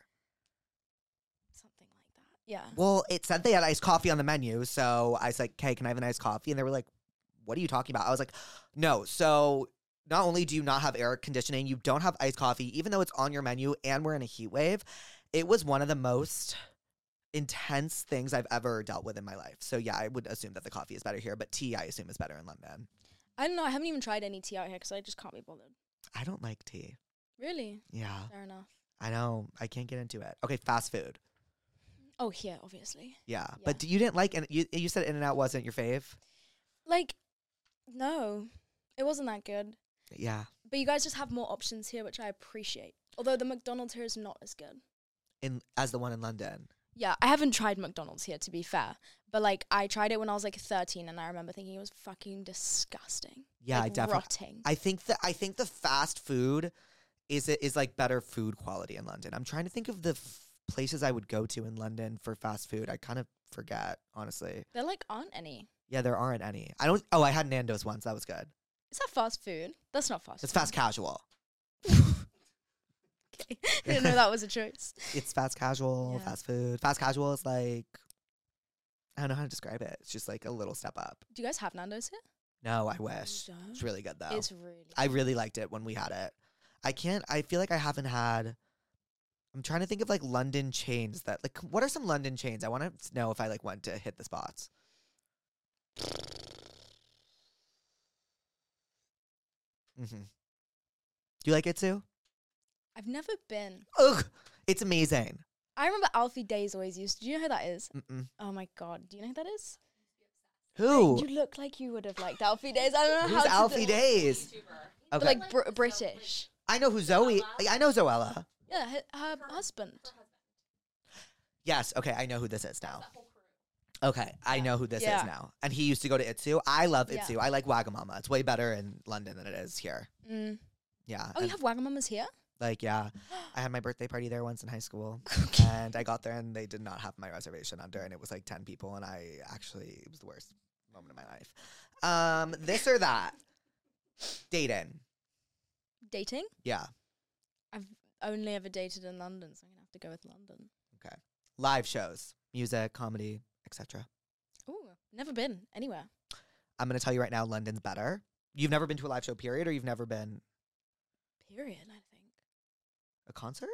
Speaker 3: something like that. Yeah.
Speaker 1: Well, it said they had iced coffee on the menu, so I was like, "Okay, can I have an iced coffee?" And they were like, "What are you talking about?" I was like, "No, so." Not only do you not have air conditioning, you don't have iced coffee, even though it's on your menu and we're in a heat wave. It was one of the most intense things I've ever dealt with in my life. So, yeah, I would assume that the coffee is better here, but tea, I assume, is better in London.
Speaker 3: I don't know. I haven't even tried any tea out here because I just can't be bothered.
Speaker 1: I don't like tea.
Speaker 3: Really?
Speaker 1: Yeah,
Speaker 3: Fair enough.
Speaker 1: I know. I can't get into it. Okay, fast food.
Speaker 3: Oh, here, obviously.
Speaker 1: Yeah.
Speaker 3: Yeah.
Speaker 1: But you didn't like, and you, you said In N Out wasn't your fave.
Speaker 3: Like, no, it wasn't that good.
Speaker 1: Yeah.
Speaker 3: But you guys just have more options here, which I appreciate. Although the McDonald's here is not as good.
Speaker 1: In As the one in London.
Speaker 3: Yeah, I haven't tried McDonald's here to be fair, but like I tried it when I was like 13, and I remember thinking it was fucking disgusting.
Speaker 1: Yeah, I
Speaker 3: Like,
Speaker 1: definitely.
Speaker 3: rotting.
Speaker 1: I think that I think the fast food is it is like better food quality in London. I'm trying to think of the f- places I would go to in London for fast food. I kind of forget, honestly.
Speaker 3: there like aren't any.
Speaker 1: Yeah, there aren't any. I don't. Oh, I had Nando's once. That was good.
Speaker 3: Is that fast food? That's not fast.
Speaker 1: It's
Speaker 3: food.
Speaker 1: fast casual.
Speaker 3: Okay, I didn't know that was a choice.
Speaker 1: It's fast casual.
Speaker 3: Yeah.
Speaker 1: Fast food. Fast casual is like I don't know how to describe it. It's just like a little step up.
Speaker 3: Do you guys have Nando's here?
Speaker 1: No, I wish.
Speaker 3: You
Speaker 1: It's
Speaker 3: don't?
Speaker 1: really good though.
Speaker 3: It's really.
Speaker 1: Oh. I really liked it when we had it. I can't. I feel like I haven't had. I'm trying to think of like London chains that like. What are some London chains? I want to know if I like went to hit the spots. hmm Do you like it too?
Speaker 3: I've never been.
Speaker 1: Ugh, it's amazing.
Speaker 3: I remember Alfie Days always used. Do you know who that is?
Speaker 1: Mm-mm.
Speaker 3: Oh my god, do you know who that is?
Speaker 1: Who?
Speaker 3: You look like you would have liked Alfie Days. I don't know
Speaker 1: Who's
Speaker 3: how. to do-
Speaker 1: Alfie Days?
Speaker 3: but,
Speaker 1: Okay,
Speaker 3: Like br- British.
Speaker 1: I know who Zoe. I know Zoella.
Speaker 3: Yeah, her, her husband.
Speaker 1: Yes. Okay, I know who this is now. Okay, I know who this
Speaker 3: Yeah.
Speaker 1: is now. And he used to go to Itsu. I love
Speaker 3: Yeah.
Speaker 1: Itsu. I like Wagamama. It's way better in London than it is here.
Speaker 3: Mm.
Speaker 1: Yeah.
Speaker 3: Oh, you
Speaker 1: and,
Speaker 3: have Wagamamas here?
Speaker 1: like yeah, I had my birthday party there once in high school, and I got there and they did not have my reservation under, and it was like ten people, and I actually it was the worst moment of my life. Um, this or that, dating.
Speaker 3: Dating?
Speaker 1: Yeah.
Speaker 3: I've only ever dated in London, so I'm gonna have to go with London.
Speaker 1: Live shows, music, comedy, etc.
Speaker 3: Ooh, never been anywhere.
Speaker 1: I'm gonna tell you right now, London's better. You've never been to a live show, period, or you've never been
Speaker 3: Period. I think.
Speaker 1: a concert.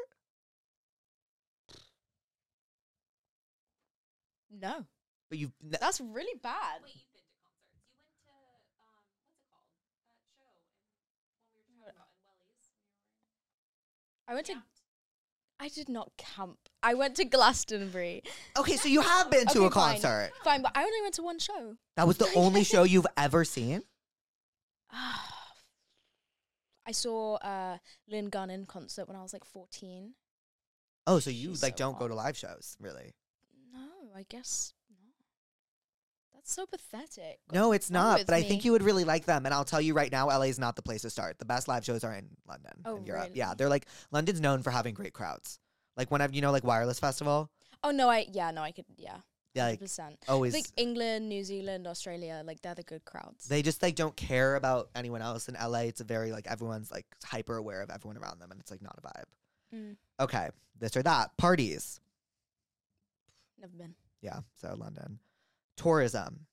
Speaker 3: No,
Speaker 1: But you've ne-
Speaker 3: that's really bad.
Speaker 2: um,
Speaker 3: I went to. I did not camp. I went to Glastonbury.
Speaker 1: uh, Okay, so you have been to
Speaker 3: Okay,
Speaker 1: a
Speaker 3: fine.
Speaker 1: concert.
Speaker 3: Fine, but I only went to one show.
Speaker 1: That was the only show you've ever seen.
Speaker 3: I saw uh, Lynn Gunn in concert when I was like 14.
Speaker 1: Oh, so you
Speaker 3: She's
Speaker 1: like
Speaker 3: so
Speaker 1: don't go
Speaker 3: hot.
Speaker 1: to live shows, really?
Speaker 3: No, I guess not. That's so pathetic.
Speaker 1: No, it's
Speaker 3: wrong
Speaker 1: not.
Speaker 3: with
Speaker 1: But I think
Speaker 3: me?
Speaker 1: you would really like them. And I'll tell you right now, LA is not the place to start. The best live shows are in London
Speaker 3: Oh,
Speaker 1: and Europe.
Speaker 3: really?
Speaker 1: Yeah, they're like London's known for having great crowds. Like when I've you know like Wireless Festival,
Speaker 3: Oh, no, I, yeah, no, I could, yeah.
Speaker 1: yeah, like
Speaker 3: 100%.
Speaker 1: always
Speaker 3: Like England, New Zealand, Australia, like they're the good crowds.
Speaker 1: they just like don't care about anyone else in LA. It's a very like everyone's like hyper aware of everyone around them, and it's like not a vibe.
Speaker 3: Mm.
Speaker 1: Okay, this or that parties.
Speaker 3: Never been.
Speaker 1: Yeah, so London, tourism.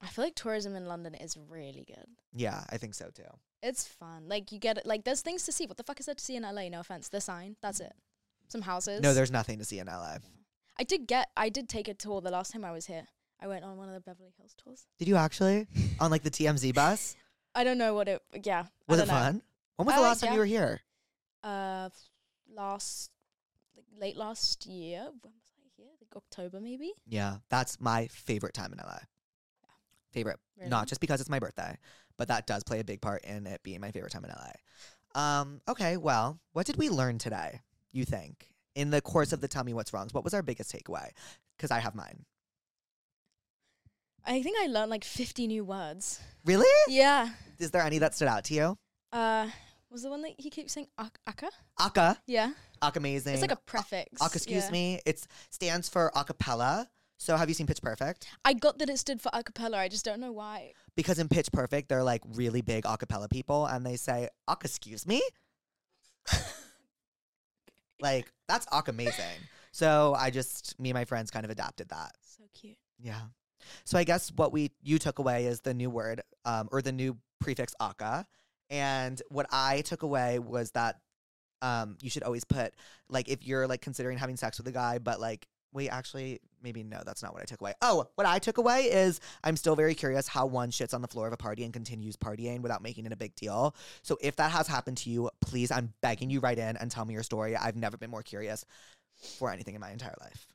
Speaker 3: I feel like tourism in London is really good.
Speaker 1: Yeah, I think so too.
Speaker 3: It's fun. Like you get it. Like there's things to see. What the fuck is there to see in LA? No offense. The sign. That's it. Some houses.
Speaker 1: No, there's nothing to see in LA.
Speaker 3: I did get. I did take a tour the last time I was here. I went on one of the Beverly Hills tours.
Speaker 1: Did you actually on like the TMZ bus?
Speaker 3: I don't know what it. Yeah, I
Speaker 1: Was it
Speaker 3: don't know.
Speaker 1: fun? When was the
Speaker 3: Uh,
Speaker 1: last time
Speaker 3: yeah.
Speaker 1: you were here?
Speaker 3: Uh, last like, late last year. When was I here? Like October maybe.
Speaker 1: Yeah, that's my favorite time in LA. Favorite,
Speaker 3: Really?
Speaker 1: not just because it's my birthday, but that does play a big part in it being my favorite time in LA. Um, okay, well, what did we learn today? You think in the course of the tell me what's wrongs? What was our biggest takeaway? Because I have mine.
Speaker 3: I think I learned like 50 new words.
Speaker 1: Really?
Speaker 3: yeah.
Speaker 1: Is there any that stood out to you?
Speaker 3: Uh, was the one that he keeps saying ak- aka?
Speaker 1: Aka,
Speaker 3: Yeah.
Speaker 1: aka amazing.
Speaker 3: It's like a prefix.
Speaker 1: Aka, excuse
Speaker 3: yeah.
Speaker 1: me. It stands for acapella. So have you seen Pitch Perfect?
Speaker 3: I got that it stood for a cappella. I just don't know why.
Speaker 1: Because in Pitch Perfect, they're like really big acapella people, and they say "Aka, excuse me." like that's Aka amazing. So I just me and my friends kind of adapted that.
Speaker 3: So cute.
Speaker 1: Yeah. So I guess what we you took away is the new word um, or the new prefix aka, and what I took away was that um, you should always put like if you're like considering having sex with a guy, but like wait, actually maybe no, that's not what I took away. Oh, what I took away is I'm still very curious how one shits on the floor of a party and continues partying without making it a big deal. So if that has happened to you, please, I'm begging you, write in and tell me your story. I've never been more curious for anything in my entire life.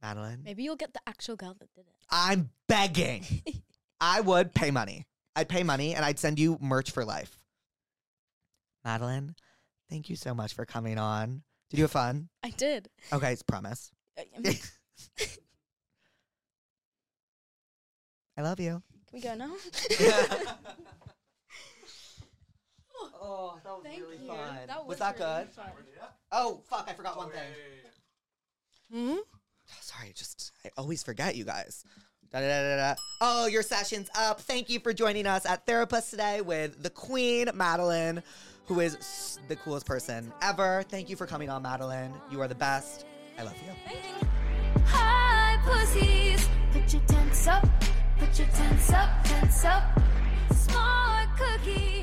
Speaker 1: Madeline.
Speaker 3: Maybe you'll get the actual girl that did it.
Speaker 1: I'm begging. I would pay money. I'd pay money and I'd send you merch for life. Madeline, thank you so much for coming on. Did you have fun?
Speaker 3: I did.
Speaker 1: Okay, it's promise.
Speaker 3: Uh, um, Can
Speaker 1: I love you.
Speaker 3: we go now?
Speaker 1: Oh, that was
Speaker 3: Thank you. That was, really
Speaker 1: good?
Speaker 3: fun.
Speaker 1: Oh, fuck, I forgot one thing.
Speaker 3: Hmm?
Speaker 1: Sorry, just I always forget you guys. Da, da, da, da, da. Oh, your session's up. Thank you for joining us at Therapist today with the Queen Madeline, who is s- the coolest person ever. Thank you for coming on, Madeline. You are the best. I love you.
Speaker 4: Hi, pussies. Put your tents up. Put your tents up. Tents up. Smart cookies.